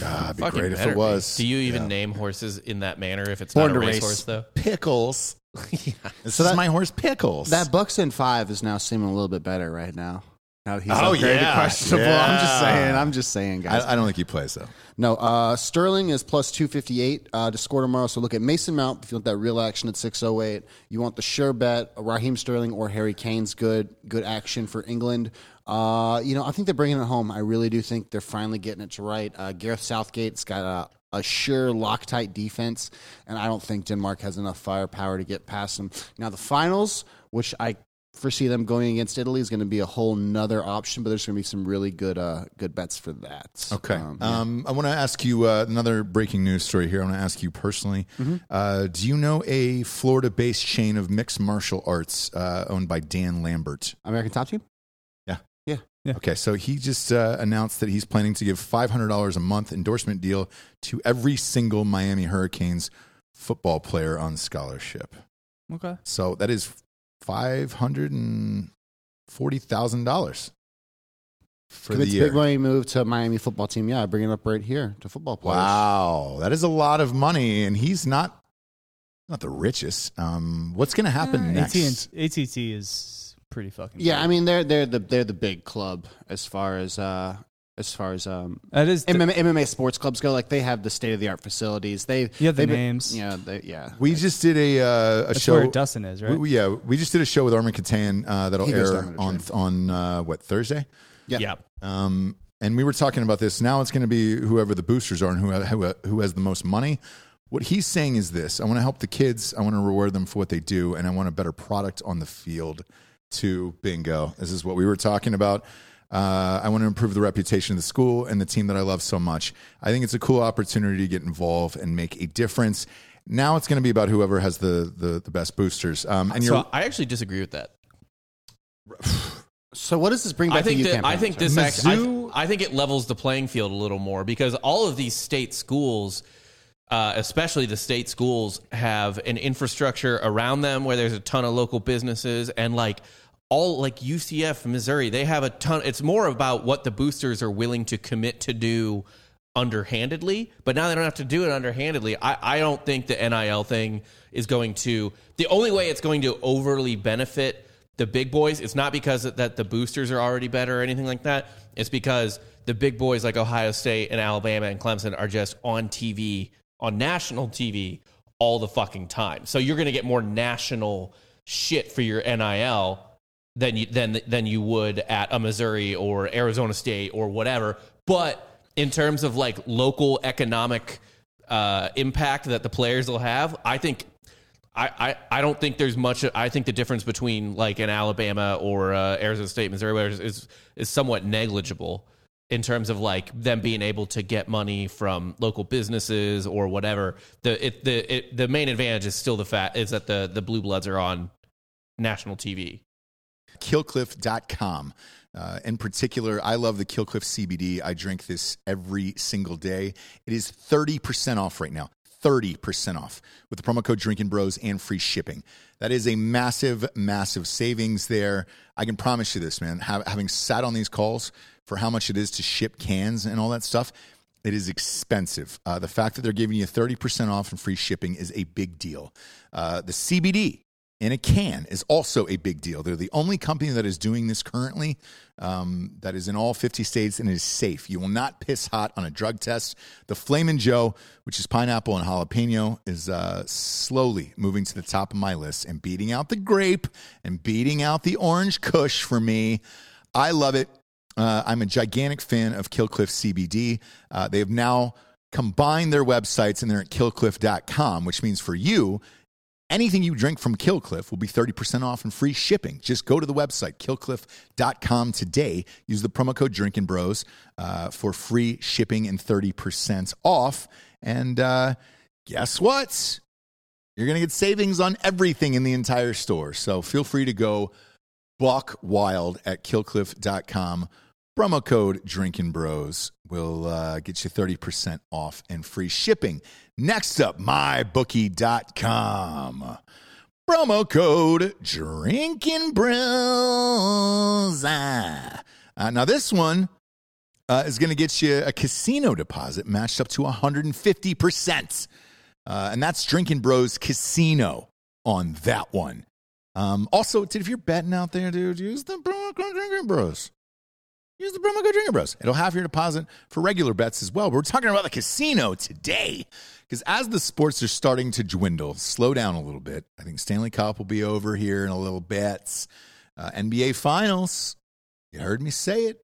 B: God, it'd be
A: fucking
B: great if
A: better
B: it
A: be.
B: was.
A: Do you even
B: Yeah.
A: name horses in that manner if it's
C: Born
A: not a
C: to race.
A: racehorse though?
B: Pickles. *laughs*
A: yeah.
B: This
C: So
B: is
C: that-
B: my horse, Pickles.
C: That Bucks in five is now seeming a little bit better right now. Now he's
B: Oh,
C: oh, upgraded
B: yeah.
C: questionable. *laughs* I'm just
B: Yeah.
C: saying. I'm just saying, guys.
B: I, I don't think he plays though.
C: no, uh, Sterling is plus 258 uh, to score tomorrow. So look at Mason Mount if you want that real action at 608. You want the sure bet, Uh, Raheem Sterling or Harry Kane's good good action for England. Uh, you know, I think they're bringing it home. I really do think they're finally getting it to right. Uh, Gareth Southgate's got a, a sure Loctite defense, and I don't think Denmark has enough firepower to get past them. Now, the finals, which I foresee them going against Italy is going to be a whole nother option, but there's going to be some really good uh, good bets for that.
B: Okay. Um,
C: Um, yeah.
B: I want to ask you uh, another breaking news story here. I want to ask you personally.
C: Mm-hmm.
B: Uh, do you know a Florida-based chain of mixed martial arts uh, owned by Dan Lambert?
C: American Top Team.
B: Okay, so he just uh, announced that he's planning to give five hundred dollars a month endorsement deal to every single Miami Hurricanes football player on scholarship.
D: Okay.
B: So that is five hundred and forty thousand dollars for
C: Commits
B: the year.
C: big money move to Miami football team. Yeah, I bring it up right here to football players.
B: Wow, that is a lot of money, and he's not not the richest. Um, what's going to happen
D: Uh,
B: next?
D: AT&T ATT is pretty fucking.
C: Yeah,
D: big.
C: I mean they're they're the they're the big club as far as uh as far as um
D: that is.
C: MMA, MMA sports clubs go. Like they have the state of the art facilities. They
D: you have the
C: they've been-
D: names.
C: Yeah, they, yeah.
B: We just did a uh, a
D: That's
B: show.
D: where Dustin is, right?
B: we- we- yeah, we just did a show with Armin Katan uh, that'll
C: He goes down
B: air
C: to the
B: on
C: train.
B: on uh, what Thursday.
C: Yeah.
B: Um, and we were talking about this. Now it's going to be whoever the boosters are and who, who, who has the most money. What he's saying is this I want to help the kids. I want to reward them for what they do. And I want a better product on the field to bingo. This is what we were talking about. Uh, I want to improve the reputation of the school and the team that I love so much. I think it's a cool opportunity to get involved and make a difference. Now it's going to be about whoever has the, the, the best boosters. Um, and you're
A: So I actually disagree with that.
C: So what does this bring back
A: I think
C: to you?
A: that, I
C: campaign?
A: think this actually, I, I think it levels the playing field a little more because all of these state schools, uh, especially the state schools, have an infrastructure around them where there's a ton of local businesses and like all like UCF Missouri, they have a ton. It's more about what the boosters are willing to commit to do underhandedly, but now they don't have to do it underhandedly. I, I don't think the NIL thing is going to. The only way it's going to overly benefit the big boys, it's not because that, that the boosters are already better or anything like that. It's because the big boys like Ohio State and Alabama and Clemson are just on TV, on national TV all the fucking time. So you're going to get more national shit for your NIL than you than than you would at a Missouri or Arizona State or whatever. But in terms of like local economic uh, impact that the players will have, I think. I, I, I don't think there's much. I think the difference between like an Alabama or uh, Arizona State, Missouri, where is, is is somewhat negligible in terms of like them being able to get money from local businesses or whatever. The it, the it, the main advantage is still the fact is that the the blue bloods are on national TV
B: killcliff.com. Uh, in particular, I love the Killcliff CBD. I drink this every single day. It is 30% off right now. 30% off with the promo code Drinking Bros and free shipping. That is a massive, massive savings there. I can promise you this, man. Hav- Having sat on these calls for how much it is to ship cans and all that stuff, it is expensive. Uh, the fact that they're giving you 30% off and free shipping is a big deal. Uh, the CBD in a can is also a big deal. They're the only company that is doing this currently um, that is in all 50 states and is safe. You will not piss hot on a drug test. The Flamin' Joe, which is pineapple and jalapeno, is uh, slowly moving to the top of my list and beating out the grape and beating out the orange kush for me. I love it. Uh, I'm a gigantic fan of Killcliff CBD. Uh, they have now combined their websites and they're at killcliff.com, which means for you, anything you drink from Killcliff will be 30% off and free shipping. Just go to the website, killcliff.com today. Use the promo code Drinking Bros uh, for free shipping and 30% off. And uh, guess what? You're going to get savings on everything in the entire store. So feel free to go buck wild at killcliff.com. Promo code Drinking Bros will uh, get you 30% off and free shipping. Next up, mybookie.com. Promo code Drinking Bros. Ah. Uh, now, this one uh, is going to get you a casino deposit matched up to 150%. Uh, and that's Drinking Bros Casino on that one. Um, also, dude, if you're betting out there, dude, use the promo code Drinking Bros. Use the promo code Drinking Bros. It'll half your deposit for regular bets as well. We're talking about the casino today because as the sports are starting to dwindle, slow down a little bit. I think Stanley Cup will be over here in a little bit. Uh, NBA Finals. You heard me say it.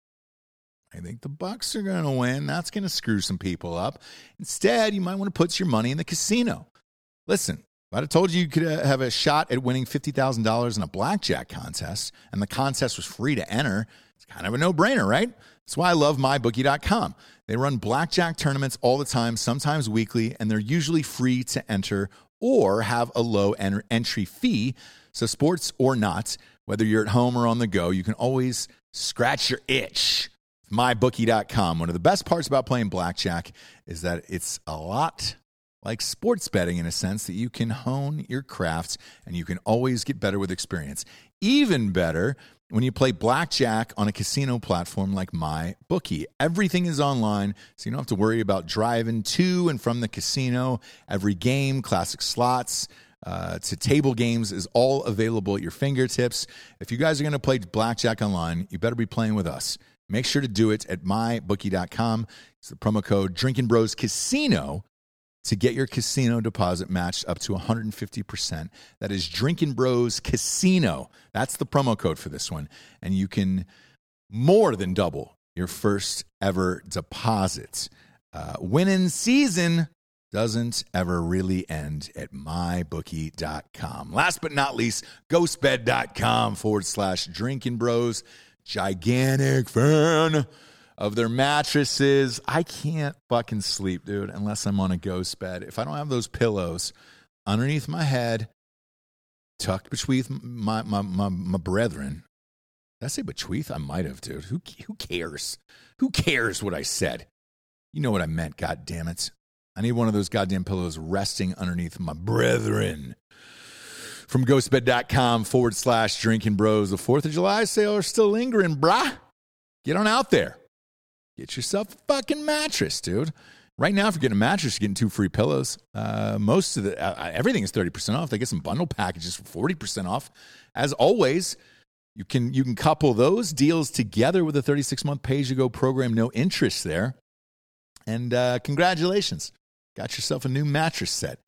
B: I think the Bucks are going to win. That's going to screw some people up. Instead, you might want to put your money in the casino. Listen, if I'd have told you you could uh, have a shot at winning $50,000 in a blackjack contest, and the contest was free to enter, it's kind of a no brainer, right? That's why I love mybookie.com. They run blackjack tournaments all the time, sometimes weekly, and they're usually free to enter or have a low en- entry fee. So, sports or not, whether you're at home or on the go, you can always scratch your itch mybookie.com. One of the best parts about playing blackjack is that it's a lot like sports betting in a sense that you can hone your craft and you can always get better with experience. Even better when you play blackjack on a casino platform like MyBookie. Everything is online, so you don't have to worry about driving to and from the casino. Every game, classic slots, uh, to table games is all available at your fingertips. If you guys are going to play blackjack online, you better be playing with us. Make sure to do it at mybookie.com. It's the promo code Drinking Bros Casino to get your casino deposit matched up to 150%. That is Drinking Bros Casino. That's the promo code for this one. And you can more than double your first ever deposit. Uh, winning season doesn't ever really end at mybookie.com. Last but not least, ghostbed.com forward slash drinking bros. Gigantic fan of their mattresses. I can't fucking sleep, dude, unless I'm on a ghost bed. If I don't have those pillows underneath my head, tucked between my, my, my, my brethren. Did I say between? I might have, dude. Who, who cares? Who cares what I said? You know what I meant, god damn it. I need one of those goddamn pillows resting underneath my brethren. From ghostbed.com forward slash drinking bros, the 4th of July sale are still lingering, brah. Get on out there. Get yourself a fucking mattress, dude. Right now, if you're getting a mattress, you're getting two free pillows. Uh, most of the uh, everything is 30% off. They get some bundle packages for 40% off. As always, you can you can couple those deals together with a 36 month pay as you go program, no interest there. And uh, congratulations, got yourself a new mattress set.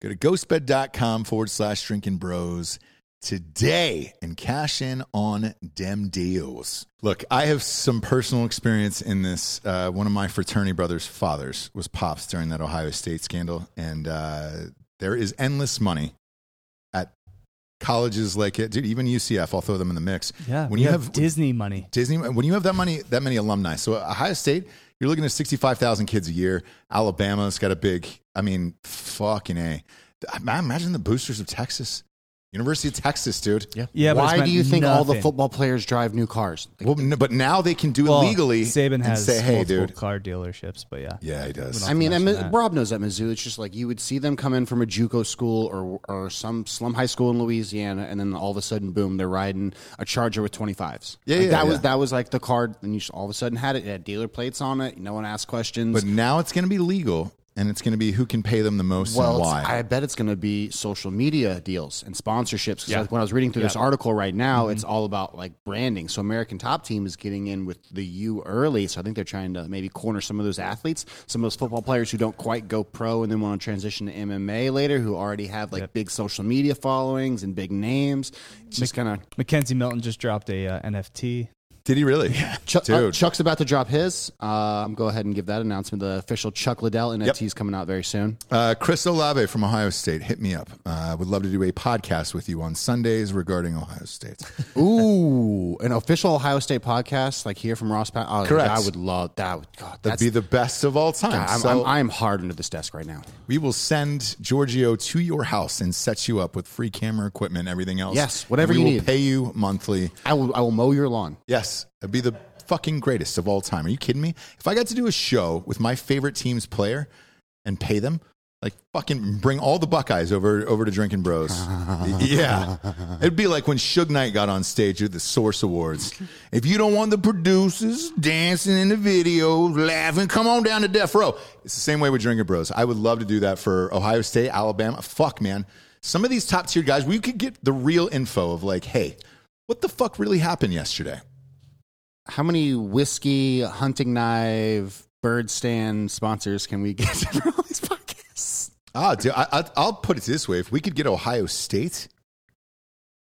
B: Go to ghostbed.com forward slash drinking bros today and cash in on dem deals. Look, I have some personal experience in this. Uh, one of my fraternity brothers' fathers was pops during that Ohio State scandal, and uh, there is endless money at colleges like it, dude. Even UCF, I'll throw them in the mix.
D: Yeah.
B: when
D: we
B: you have,
D: Disney money.
B: Disney, when you have that money, that many alumni. So uh, Ohio State, you're looking at 65,000 kids a year. Alabama's got a big, I mean, fucking A. I- I Imagine the boosters of Texas. University of Texas, dude.
A: Yeah.
D: Yeah. but it's
C: Why do
D: meant
C: you think all the
D: nothing.
C: football players drive new cars? Like,
B: Well, n- but now they can do
D: Well,
B: it legally.
D: Saban
B: and
D: has
B: say, "Hey,
D: multiple
B: dude."
D: car dealerships, but yeah.
B: Yeah, he does.
C: I mean,
D: mention
C: and Mi-
D: that.
C: Rob knows that Mizzou. It's just like you would see them come in from a JUCO school or or some slum high school in Louisiana, and then all of a sudden, boom, they're riding a Charger with twenty fives.
B: Yeah,
C: like
B: yeah,
C: that
B: yeah.
C: was that was like the card. And you just all of a sudden had it. It had dealer plates on it. No one asked questions.
B: But now it's going to be legal, and it's going to be who can pay them the most
C: well,
B: and
C: it's-
B: why.
C: I bet it's going to be social media deals and sponsorships. 'Cause
A: Yeah.
C: like when I was reading through this article right now, it's all about like branding. So American Top Team is getting in with the U early. So I think they're trying to maybe corner some of those athletes, some of those football players who don't quite go pro and then want to transition to MMA later, who already have like big social media followings and big names. It's Just kind of
D: Mackenzie Milton just dropped a uh, NFT.
B: Did he really?
C: Chuck, uh,
B: *laughs* Dude.
C: Chuck's about to drop his. Uh, I'm go ahead and give that announcement. The official Chuck Liddell NFT is coming out very soon.
B: Uh, Chris Olave from Ohio State, hit me up. Uh, would love to do a podcast with you on Sundays regarding Ohio State.
D: *laughs*
C: Ooh, an official Ohio State podcast, like here from Ross Pat. Oh,
B: Correct.
C: I would love that. Would, God,
B: That'd
C: that's,
B: be the best of all time.
C: I'm,
B: so
C: I'm, I'm hard under this desk right now.
B: we will send Giorgio to your house and set you up with free camera equipment, everything else.
C: Yes, whatever
B: And we
C: you
B: will
C: need.
B: pay you monthly.
C: I will, I will mow your lawn.
B: Yes, it'd be the fucking greatest of all time. Are you kidding me? If I got to do a show with my favorite team's player and pay them, like fucking bring all the Buckeyes over over to Drinking Bros. yeah, it'd be like when Suge Knight got on stage at the Source Awards. If you don't want the producers dancing in the videos, laughing, come on down to Death Row. It's the same way with Drinking Bros. I would love to do that for Ohio State, Alabama. Fuck, man. Some of these top tier guys, we could get the real info of like, hey, what the fuck really happened yesterday?
C: How many whiskey, hunting knife, bird stand sponsors can we get *laughs* for all these podcasts?
B: Ah, dude, I, I, I'll put it this way: if we could get Ohio State,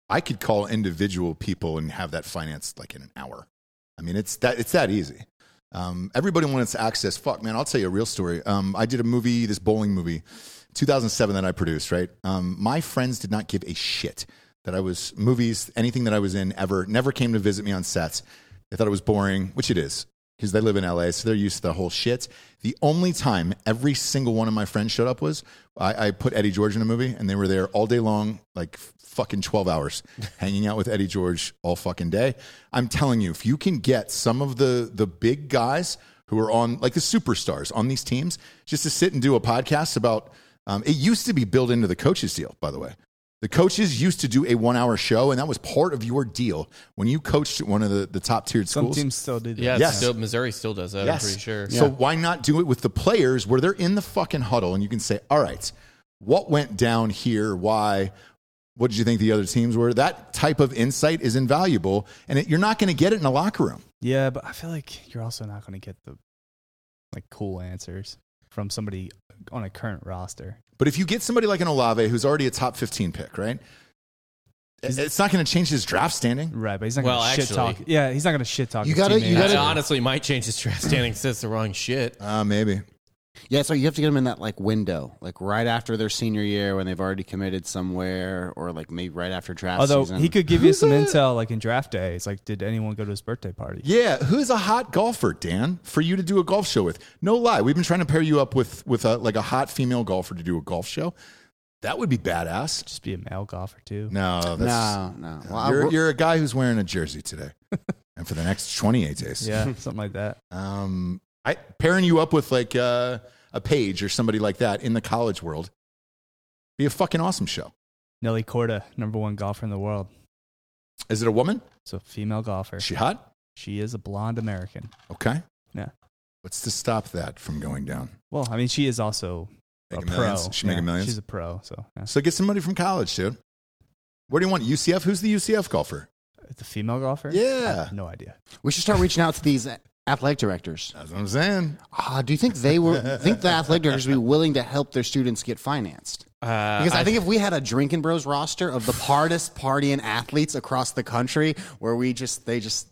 B: I could call individual people and have that financed like in an hour. I mean, it's that it's that easy. Um, everybody wants access. Fuck, man, I'll tell you a real story. Um, I did a movie, this bowling movie, 2007 that I produced. Right, um, my friends did not give a shit that I was movies, anything that I was in ever. Never came to visit me on sets. They thought it was boring, which it is because they live in LA, so they're used to the whole shit. The only time every single one of my friends showed up was I, I put Eddie George in a movie, and they were there all day long, like f- fucking twelve hours, hanging out with Eddie George all fucking day. I'm telling you, if you can get some of the the big guys who are on like the superstars on these teams, just to sit and do a podcast about. Um, it used to be built into the coaches deal, by the way. The coaches used to do a one-hour show, and that was part of your deal when you coached at one of the, the top-tiered
D: Some
B: schools.
D: teams still do that.
A: Yeah, it's
B: Yes.
A: still, Missouri still does that.
B: Yes.
A: I'm pretty sure.
B: So why not do it with the players where they're in the fucking huddle and you can say, all right, what went down here? Why? What did you think the other teams were? That type of insight is invaluable, and it, you're not going to get it in a locker room.
D: Yeah, but I feel like you're also not going to get the like cool answers from somebody on a current roster.
B: But if you get somebody like an Olave who's already a top 15 pick, right?
D: Is-
B: It's not going to change his draft standing.
D: Right, but he's not
A: Well,
D: going to shit talk.
A: actually-
D: Yeah, he's not going to shit talk.
C: You
D: his
C: gotta- you
D: teammates.
A: That
C: gotta-
A: honestly might change his draft standing since it's the wrong shit.
B: Uh, maybe.
C: Yeah, so you have to get them in that like window, like right after their senior year when they've already committed somewhere, or like maybe right after draft.
D: Although
C: season.
D: he could give
C: *laughs*
D: you some intel, like in draft day, it's like, did anyone go to his birthday party?
B: Yeah, who's a hot golfer, Dan, for you to do a golf show with? No lie, we've been trying to pair you up with with a, like a hot female golfer to do a golf show. That would be badass.
D: Just be a male golfer too.
B: No, that's,
C: no, no. Well, I-
B: you're, you're a guy who's wearing a jersey
C: *laughs*
B: today and for the next 28 days.
D: Yeah, something like that.
B: Um, I, pairing you up with like uh, a page or somebody like that in the college world be a fucking awesome show.
D: Nelly Korda, number one golfer in the world.
B: Is it a woman?
D: So female golfer.
B: Is
D: She,
B: she hot?
D: is a blonde American.
B: Okay.
D: Yeah.
B: What's to stop that from going down?
D: Well, I mean, she is also a
B: Making
D: pro.
B: millions? She making
D: Yeah,
B: millions?
D: She's a pro. So yeah.
B: So get somebody from college, dude. Where do you want? UCF? Who's the UCF golfer?
D: it's a female golfer. I
B: Yeah.
D: have no idea.
C: we should start reaching out to these athletic directors.
B: That's what I'm saying.
C: Ah, do you think they were think the athletic directors would be willing to help their students get financed?
A: Uh,
C: Because I, think if we had a Drinking Bros roster of the hardest partying athletes across the country, where we just they just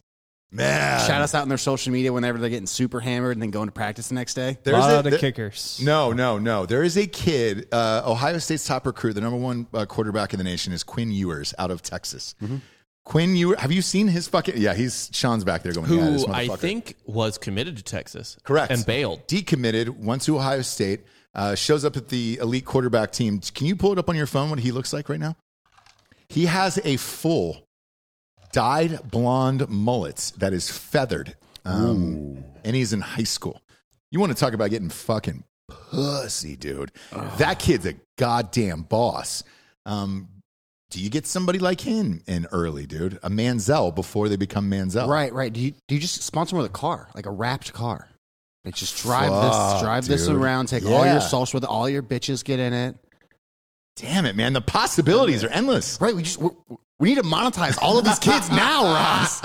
B: Man.
C: shout us out on their social media whenever they're getting super hammered and then going to practice the next day.
D: A
B: There's
D: lot of the
B: there-
D: kickers.
B: No, no, no. There is a kid, uh, Ohio State's top recruit, the number one uh, quarterback in the nation is Quinn Ewers out of Texas.
A: Mm-hmm.
B: Quinn Ewers, have you seen his fucking? Yeah, he's Sean's back there going, yeah, this
A: who I
B: motherfucker.
A: think was committed to Texas.
B: Correct.
A: And bailed.
B: decommitted, went to Ohio State, uh, shows up at the elite quarterback team. Can you pull it up on your phone what he looks like right now? He has a full dyed blonde mullet that is feathered. Um, and he's in high school. You want to talk about getting fucking pussy, dude. That kid's a goddamn boss. Um, do you get somebody like him in early, dude? A Manzel before they become Manzel.
C: Right, right. Do you do you just sponsor him with a car, like a wrapped car? Like just drive
B: Fuck,
C: this, drive this
B: dude.
C: around. Take all
B: Yeah.
C: your social with it, all your bitches. Get in it.
B: Damn it, man. The possibilities are endless.
C: Right. We just we we need to monetize all of
B: *laughs*
C: these kids now, Ross.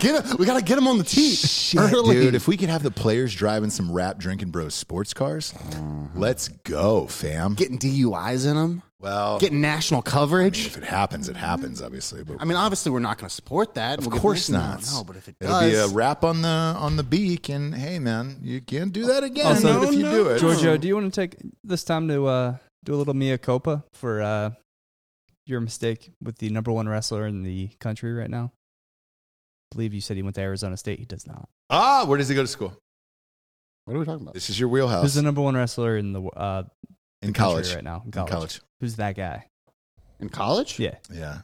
C: get 'em- we got to get them on the tee
B: Shit,
C: early.
B: dude. If we could have the players driving some rap drinking bros sports cars, let's go, fam.
C: *laughs* getting DUIs in them,
B: well,
C: getting national coverage.
B: if it happens, it happens, obviously. But
C: I mean, obviously, we're not going to support that.
B: of
C: We'll get
B: course
C: rid- no,
B: not.
C: No, but if it
B: It'll
C: does,
B: be a rap on the on the beak, and hey, man, you can't do that again.
D: Also-
B: not if you
C: No,
B: do
C: no.
B: it,
D: Giorgio, do you want to take this time to uh, do a little mea culpa for uh, your mistake with the number one wrestler in the country right now? I believe you said he went to Arizona State. He does not.
B: Ah, where does he go to school?
C: what are we talking about?
B: This is your
D: Who's
B: wheelhouse
D: the number one wrestler in the wo- uh,
B: in Oh.
D: country
B: college.
D: right now? In
B: In
D: college.
B: college,
D: Who's that guy?
C: In college?
D: Yeah.
B: yeah.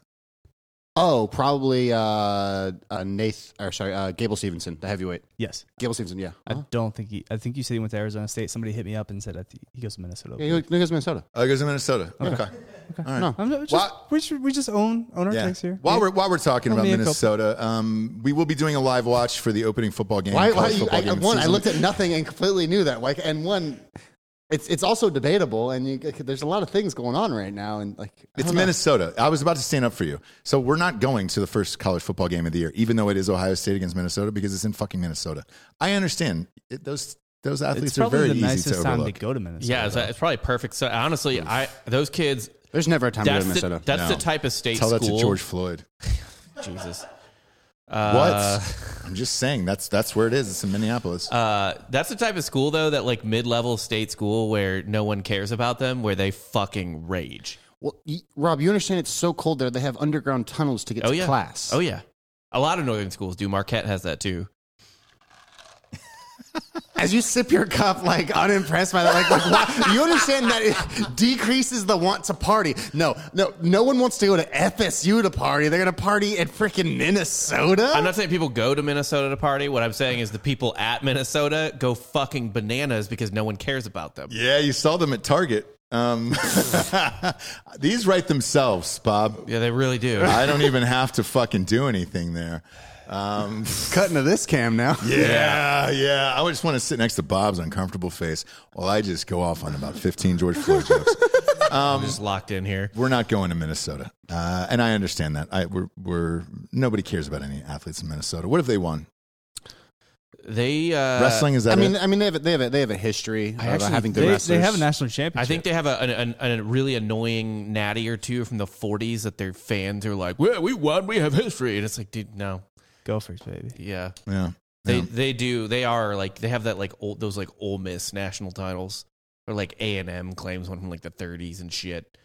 C: Oh, probably uh, uh, Nath. Or sorry, uh, Gable Stevenson, the heavyweight.
D: Yes.
C: Gable Stevenson. Yeah.
D: I don't think he. I think you said he went to Arizona State. Somebody hit me up and said I think he goes to Minnesota.
C: Yeah, he goes- he goes to Minnesota.
B: Oh, he goes to Minnesota. Okay, all right.
C: No.
D: I'm not- just-
B: Why-
D: we, should, we just own own our things here.
B: While we're while we're talking
D: Let
B: about
D: me a couple-
B: Minnesota, um, we will be doing a live watch for the opening football game.
C: Why? why
B: college
C: you,
B: football
C: I,
B: game
C: I-
B: in
C: one, I
B: season.
C: looked at nothing and completely knew that. Like, and one, it's it's also debatable, and you, there's a lot of things going on right now, and like I
B: It's
C: don't know.
B: Minnesota. I was about to stand up for you. So we're not going to the first college football game of the year, even though it is Ohio State against Minnesota because it's in fucking Minnesota. I understand it, those those
D: It's
B: athletes are
D: probably
B: very
D: the
B: easy
D: nicest
B: to
D: time to
B: overlook.
D: go to Minnesota.
A: Yeah, it's, it's probably perfect. So honestly, I those kids.
C: There's never a time to go
A: That's
C: to Minnesota.
A: the, that's
B: No.
A: the type of state
B: Tell that
A: school.
B: to George Floyd.
A: Jesus.
B: What?
A: Uh,
B: I'm just saying that's that's where it is. It's in Minneapolis.
A: Uh, that's the type of school though that like mid-level state school where no one cares about them, where they fucking rage.
C: well, you, Rob, you understand it's so cold there. They have underground tunnels to get
A: oh
C: to
A: yeah,
C: class.
A: Oh yeah, a lot of northern schools do. Marquette has that too.
C: As you sip your cup, like unimpressed by that, like, like why, *laughs* you understand that it decreases the want to party. No, no, no one wants to go to FSU to party. They're gonna party at freaking Minnesota.
A: I'm not saying people go to Minnesota to party. What I'm saying is the people at Minnesota go fucking bananas because no one cares about them.
B: yeah, you saw them at Target. Um, *laughs* these write themselves, Bob.
A: Yeah, they really do.
B: I don't even have to fucking do anything there. Um,
C: cutting to this cam now.
B: Yeah, yeah. I just want to sit next to Bob's uncomfortable face while I just go off on about 15 George Floyd jokes.
A: I'm just locked in here.
B: We're not going to Minnesota, uh, and I understand that. I, we're, we're nobody cares about any athletes in Minnesota. What if they won?
A: They uh,
B: Wrestling is that?
C: I mean,
B: it?
C: I mean, they have a, they have a, they have a history of
A: actually-
C: having good
D: They,
C: wrestlers.
D: they have a national championship.
A: I think they have a, an, an, a really annoying natty or two from the 40s that their fans are like, well, we won, we have history. And it's like, dude, no.
D: Gophers, baby.
A: Yeah.
B: yeah.
A: They
B: Yeah.
A: they do. They are like they have that like old those like Ole Miss national titles, or like A and M claims one from like the 30s and shit,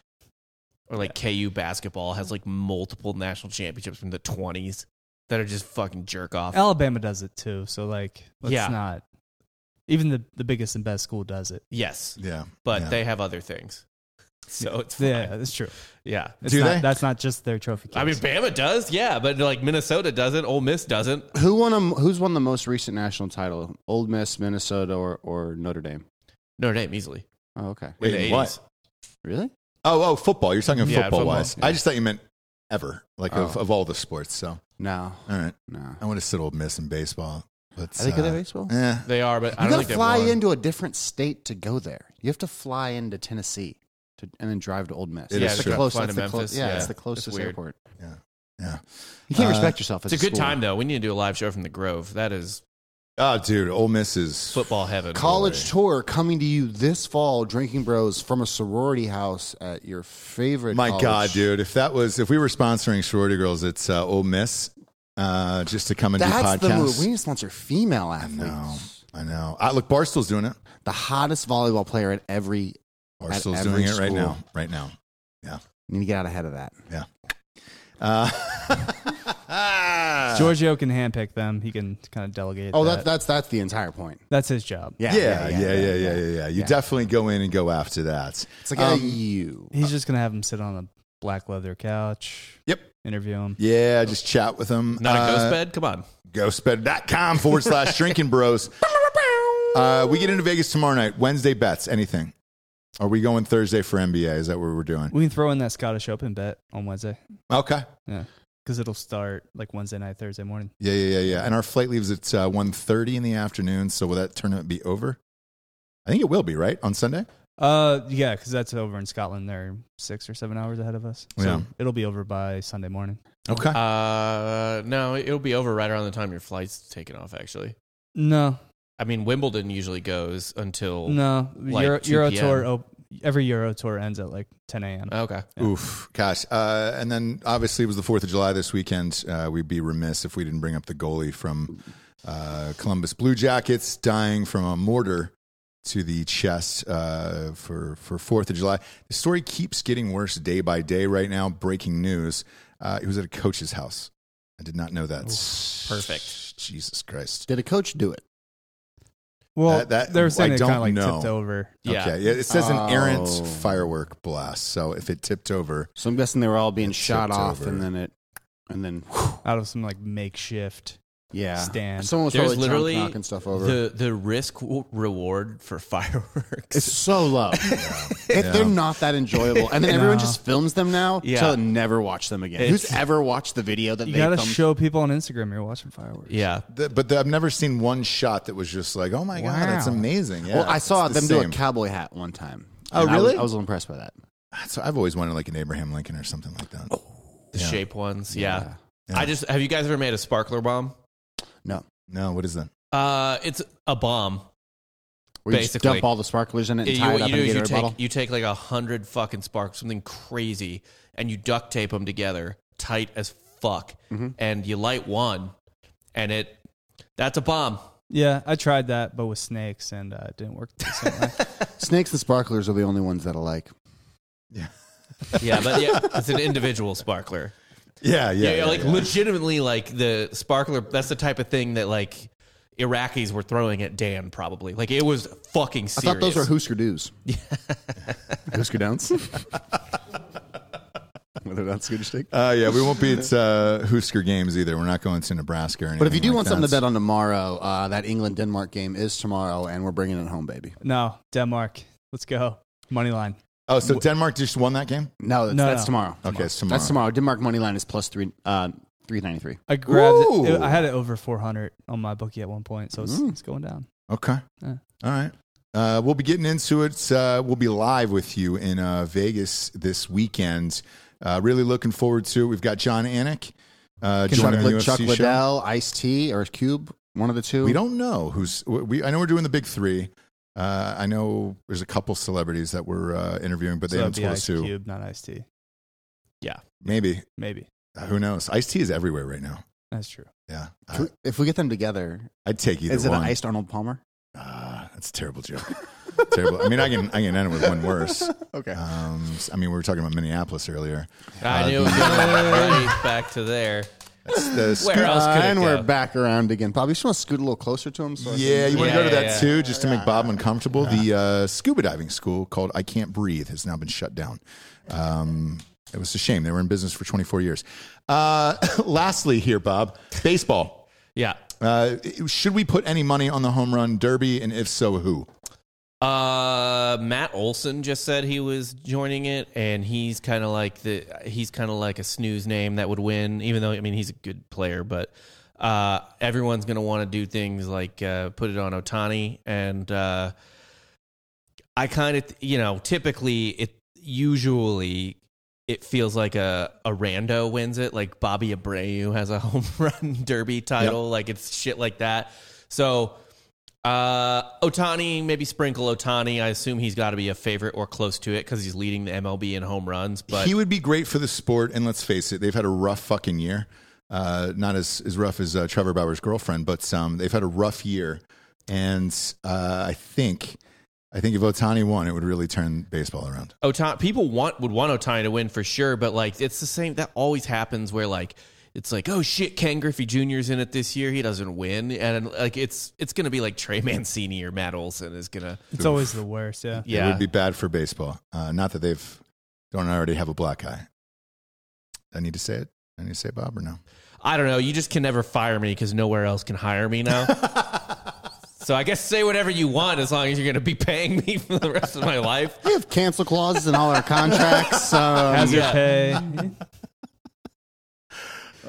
A: or like KU basketball has like multiple national championships from the 20s that are just fucking jerk off.
B: Oh.
D: Alabama does it too. So like, let's
A: Yeah.
D: not. Even the, the biggest and best school does it.
A: yes,
B: yeah,
A: but
B: yeah.
A: they have have other things, so it's fine.
D: Yeah,
A: yeah.
D: that's true. It's
B: Do
D: not,
B: they?
D: That's not just their trophy. Case.
A: I mean, Bama does, yeah, but like Minnesota doesn't, Ole Miss doesn't.
C: Who won? A, who's won the most recent national title? Old Miss, Minnesota, or, or Notre Dame?
A: Notre Dame easily.
C: Oh, okay.
A: in
B: Wait,
A: the
B: what?
A: 80s.
C: Really?
B: Oh, oh, football. You're talking
A: Yeah,
B: football,
A: football.
B: wise. I just thought you meant ever, like of,
C: Oh.
B: of all the sports. So, all
C: No,
B: right,
C: no.
B: I want to sit old Miss in baseball, but
C: Are they good
B: uh,
C: at baseball?
B: Yeah,
A: They are, but I don't
C: You gotta
A: think they
C: fly
A: won.
C: into a different state to go there. You have to fly into Tennessee to, and then drive to Old Miss.
B: It
A: Yeah,
B: is
C: It's
B: true.
C: the closest.
A: Fly
C: it's
A: to
C: the clo-
A: Memphis,
C: yeah,
A: yeah.
C: it's the
A: It's
C: closest
A: weird.
C: airport.
B: yeah.
C: You can't
B: Uh,
C: respect yourself.
A: It's a good time though. We need to do a live show from the Grove. That is
B: Oh, dude, Ole Miss is
A: football heaven.
C: College tour coming to you this fall. Drinking Bros from a sorority house at your favorite.
B: My
C: college.
B: God, dude! If that was if we were sponsoring sorority girls, it's uh, Ole Miss uh, just to come and
C: That's
B: do
C: the
B: podcasts.
C: move. We need to sponsor female
B: I
C: athletes.
B: know, I know. I, look, Barstool's doing it.
C: The hottest volleyball player at every.
B: Barstool's doing
C: every
B: it right
C: school.
B: now. Right now.
C: You need to get out ahead of that.
B: *laughs* Uh,
D: Giorgio can handpick them. He can kind of delegate.
C: Oh, that, that's that's the entire point.
D: that's his job.
B: yeah, yeah, yeah, yeah, yeah, yeah, You
C: Yeah.
B: definitely go in and go after that.
C: It's like
B: Um,
C: a you.
D: He's just gonna have him sit on black leather couch.
B: Yep.
D: Interview him.
B: Yeah, just chat with them.
A: Not a ghost
B: Uh,
A: bed? Come on.
B: ghostbed.com
C: *laughs*
B: forward slash drinking bros. Uh, we get into Vegas tomorrow night. Wednesday bets, anything. Are we going Thursday for NBA? Is that what we're doing?
D: We can throw in that Scottish Open bet on Wednesday
B: Okay.
D: because it'll start like Wednesday night, Thursday morning.
B: Yeah, yeah, yeah, yeah. And our flight leaves at uh, 1.30 in the afternoon, so will that tournament be over? I think it will be, right? On Sunday?
D: Uh, yeah, because that's over in Scotland. They're six or seven hours ahead of us. So
B: Yeah.
D: it'll be over by Sunday morning.
B: Okay.
A: Uh, no, it'll be over right around the time your flight's taken off, actually.
D: No,
A: I mean, Wimbledon usually goes until.
D: no.
A: like
D: Euro,
A: 2
D: Euro
A: PM.
D: tour. Op- every Euro tour ends at like 10 a.m.
A: Okay.
D: Yeah.
B: Oof, gosh. Uh, and then obviously it was the 4th of July this weekend. Uh, we'd be remiss if we didn't bring up the goalie from uh, Columbus Blue Jackets dying from a mortar to the chest uh, for, for 4th of July. The story keeps getting worse day by day right now. Breaking news. Uh, it was at a coach's house. I did not know that.
A: perfect.
B: Jesus Christ.
C: Did a coach do it?
D: Well,
B: That- that-
D: they were
B: I
D: saying it
B: don't
D: kind of like
B: know.
D: tipped over.
A: Yeah.
B: Okay. Yeah, it says an errant
C: Oh.
B: firework blast. So if it tipped
C: *laughs*
B: over,
C: So I'm guessing they were all being
B: It
C: shot
B: tipped
C: off,
B: over.
C: and then it, and then
D: out of some like makeshift
C: yeah,
D: stand.
C: someone was
A: There's
C: probably
A: literally
C: literally knocking stuff over.
A: The, the risk w- reward for *laughs* fireworks.
C: it's so *laughs* low. If
B: Yeah.
C: They're not that enjoyable, *laughs* and then everyone
D: No.
C: just films them now
A: Yeah.
C: to never watch them again.
A: It's-
C: Who's ever watched the video that
D: you
C: they
D: gotta
C: thumbs-
D: show people on Instagram you're watching fireworks.
A: yeah.
B: the, but the, I've never seen one shot that was just like, oh my God, that's
D: Wow.
B: amazing. Yeah,
C: well, I
B: it's
C: saw
B: the
C: them do a
B: same.
C: cowboy hat one time.
B: Oh,
C: and I was-
B: really?
C: I was, a little impressed by that.
B: So I've always wanted like an Abraham Lincoln or something like that.
C: Oh.
A: The
B: Yeah.
A: shape ones. Yeah.
B: Yeah.
A: I just. Have you guys ever made a sparkler bomb?
C: No,
B: No, what is that?
A: Uh, It's a bomb.
C: where you just
A: Basically.
C: dump all the sparklers in it and
A: you,
C: tie
A: what
C: it
A: you
C: up
A: do
C: in a
A: is you
C: Gatorade bottle.
A: take, you take like a hundred fucking sparks, something crazy, and you duct tape them together tight as fuck,
C: Mhm.
A: and you light one, and it that's a bomb.
D: Yeah, I tried that, but with snakes, and uh, it didn't work. The same way.
C: Snakes and sparklers are the only ones that I like.
A: *laughs* Yeah, but yeah, it's an individual sparkler.
B: Yeah,
A: Yeah, like legitimately, like the sparkler. That's the type of thing that like Iraqis were throwing at Dan probably. Like it was fucking serious.
C: I thought those were
B: *laughs*
C: Hoosker Doos. Hoosker Downs. *laughs* Whether that's good steak.
B: Uh, yeah, we won't be at uh, Hoosker games either. We're not going to Nebraska. Or anything
C: But if you do
B: like
C: want something to
B: that.
C: bet on tomorrow, uh, that England Denmark game is tomorrow, and we're bringing it home, baby.
D: no, Denmark. Let's go. Money line.
B: oh, so Denmark just won that game.
C: No, that's,
D: No,
C: that's
D: no.
C: tomorrow.
B: Okay, it's
C: That's tomorrow. Denmark money line is plus three, uh, three ninety three.
D: I grabbed it.
B: Ooh.
D: I had it over 400 on my bookie at one point, so it's,
C: Mm.
D: it's going down.
B: Okay,
D: Yeah.
B: all right. Uh, we'll be getting into it. Uh, we'll be live with you in uh, Vegas this weekend. Uh, really looking forward to it. We've got John Anik uh,
C: Chuck,
B: joining the UFC
C: Chuck
B: show.
C: Liddell, Ice T, or Cube, one of the two.
B: We don't know who's. We I know we're doing the big three. Uh, I know there's a couple celebrities that we're uh, interviewing, but they
D: so
B: haven't
D: it'd be
B: told us
D: Ice
B: who.
D: Cube, not Ice T.
B: Maybe.
D: Maybe
B: Uh, Who knows? Ice tea is everywhere right now.
D: that's true.
B: Yeah.
C: If we- Uh, if we get them together,
B: I, would take either
C: is it
B: one.
C: an iced Arnold Palmer?
B: Ah, that's a terrible joke. terrible. I mean, I can I can end it with one worse.
C: Okay.
B: Um, I mean, we were talking about Minneapolis earlier.
A: I knew it
C: *laughs*
A: was going right back to there.
B: That's the scoot-
A: *laughs* Where else could it
C: and we're
A: go?
C: back around again. Bobby, you just want to scoot a little closer to him. So I can-
B: Yeah, you want to
A: Yeah,
B: go to
A: yeah,
B: that
A: yeah.
B: too, just to make Bob uncomfortable. The uh, scuba diving school called I Can't Breathe has now been shut down. Um, it was a shame. They were in business for 24 years. Uh, *laughs* lastly, here, Bob, baseball.
A: Yeah.
B: Uh, should we put any money on the home run derby? And if so, who?
A: Uh, Matt Olson just said he was joining it, and he's kind of like the he's kind of like a snooze name that would win. Even though I mean he's a good player, but uh, everyone's gonna want to do things like uh, put it on Otani, and uh, I kind of you know typically it usually it feels like a a rando wins it, like Bobby Abreu has a *laughs* home run derby title, like it's shit like that. So. Uh, Otani, maybe sprinkle Otani. I assume he's got to be a favorite or close to it because he's leading the MLB in home runs. But
B: he would be great for the sport. And let's face it, they've had a rough fucking year. Uh, not as, as rough as uh, Trevor Bauer's girlfriend, but um, they've had a rough year. And uh, I think, I think if Otani won, it would really turn baseball around.
A: Otani, people want would want Otani to win for sure. But like, it's the same that always happens where like it's like, oh shit, Ken Griffey Jr.'s in it this year. He doesn't win, and like it's it's gonna be like Trey Mancini or Matt Olson is gonna
D: It's always the worst. Yeah.
B: It
A: yeah
B: would be bad for baseball. Uh, not that they've don't already have a black eye. I need to say it. I need to say it, Bob or no?
A: I don't know. You just can never fire me because nowhere else can hire me
B: *laughs*
A: now. so I guess say whatever you want as long as you're going to be paying me for the rest of my
B: *laughs*
A: life.
C: We have cancel clauses in all our contracts.
A: *laughs*
C: So um,
D: Hazard
A: yeah.
D: pay.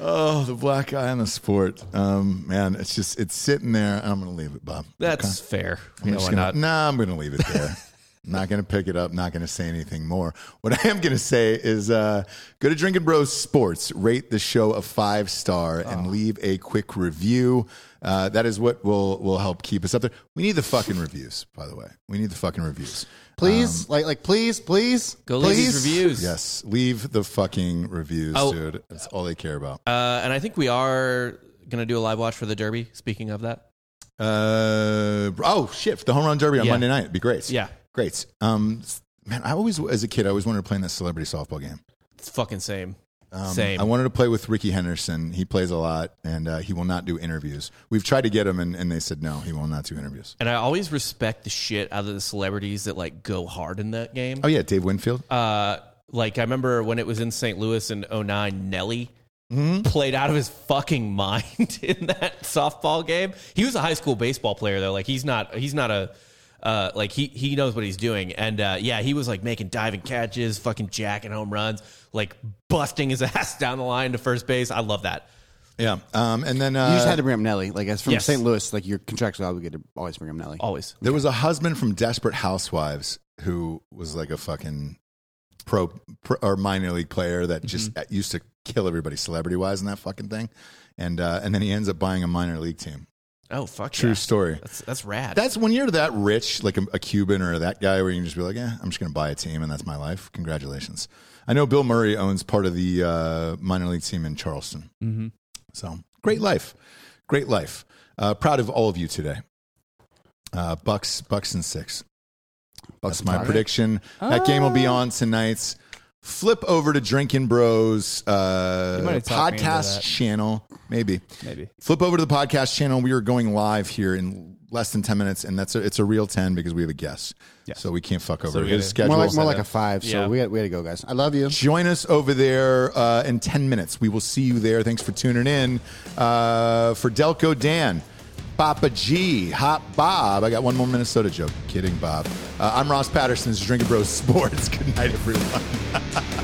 B: Oh, the black eye on the sport. Um, man, it's just it's sitting there. I'm gonna leave it, Bob. Okay.
A: That's fair.
B: I'm
A: You know,
B: just
A: why
B: gonna-
A: not?
B: Nah, I'm gonna leave it
A: *laughs*
B: there. not gonna pick it up. Not gonna say anything more. What I am gonna say is uh, go to Drinking Bros Sports, rate the show a five star, and
A: Ah.
B: leave a quick review. Uh, that is what will will help keep us up there. We need the fucking reviews, by the way. We need the fucking reviews.
C: please, like, like, please, please,
A: Um, Go leave
C: please.
A: these reviews.
B: Yes, leave the fucking reviews,
A: Oh.
B: dude. That's all they care about.
A: Uh, and I think we are going to do a live watch for the Derby. Speaking of that,
B: Uh, oh shit! The home run derby on
A: Yeah.
B: Monday night. It'd be great.
A: Yeah.
B: great. Um, man, I always, as a kid, I always wanted to play in that celebrity softball game.
A: it's fucking same.
B: Um,
A: Same.
B: I wanted to play with Ricky Henderson. He plays a lot, and uh, he will not do interviews. We've tried to get him, and, and they said no. He will not do interviews.
A: And I always respect the shit out of the celebrities that like go hard in that game.
B: Oh yeah, Dave Winfield.
A: Uh, like I remember when it was in St. Louis in 09, Nelly
B: Mm-hmm.
A: played out of his fucking *laughs* mind in that softball game. He was a high school baseball player though. Like he's not he's not a uh, like he he knows what he's doing. And uh, yeah, he was like making diving catches, fucking jacking home runs, like busting his *laughs* ass down the line to first base. I love that.
B: yeah. Um, and then
C: You just
B: uh,
C: had to bring up Nelly. Like, as from
A: Yes.
C: St. Louis, like, you're contractually obligated to always bring up Nelly.
A: Always.
B: there was a husband from Desperate Housewives who was like a fucking pro, pro or minor league player
A: Mm-hmm.
B: that just uh, used to kill everybody celebrity wise in that fucking thing, and uh, and then he ends up buying a minor league team.
A: Oh fuck.
B: True
A: yeah.
B: story.
A: That's that's rad.
B: That's when you're that rich, like a, a Cuban or that guy, where you can just be like, "Yeah, I'm just going to buy a team, and that's my life." Congratulations. I know Bill Murray owns part of the uh, minor league team in Charleston,
D: hmm
B: so great life, great life. Uh, proud of all of you today. Uh, Bucks, Bucks and six. That's my prediction. That game will be on tonight's. Flip over to Drinking Bros
D: You might
B: uh,
D: have talked me into
B: podcast
D: that.
B: channel, maybe
D: Maybe.
B: flip over to the podcast channel. We are going live here in less than 10 minutes, and that's a, it's a real 10 because we have a guest.
D: Yes.
B: So we can't fuck over
D: we
B: his
D: gotta-
B: schedule.
C: more like, more like a five. So
A: Yeah.
C: we had, we had to go, guys. I love you.
B: Join us over there uh, in 10 minutes. We will see you there. Thanks for tuning in. Uh, for Delco Dan, Papa G, Hot Bob. I got one more *laughs* Minnesota joke. Kidding, Bob. Uh, I'm Ross Patterson. This is Drinking Bros Sports. Good night, everyone.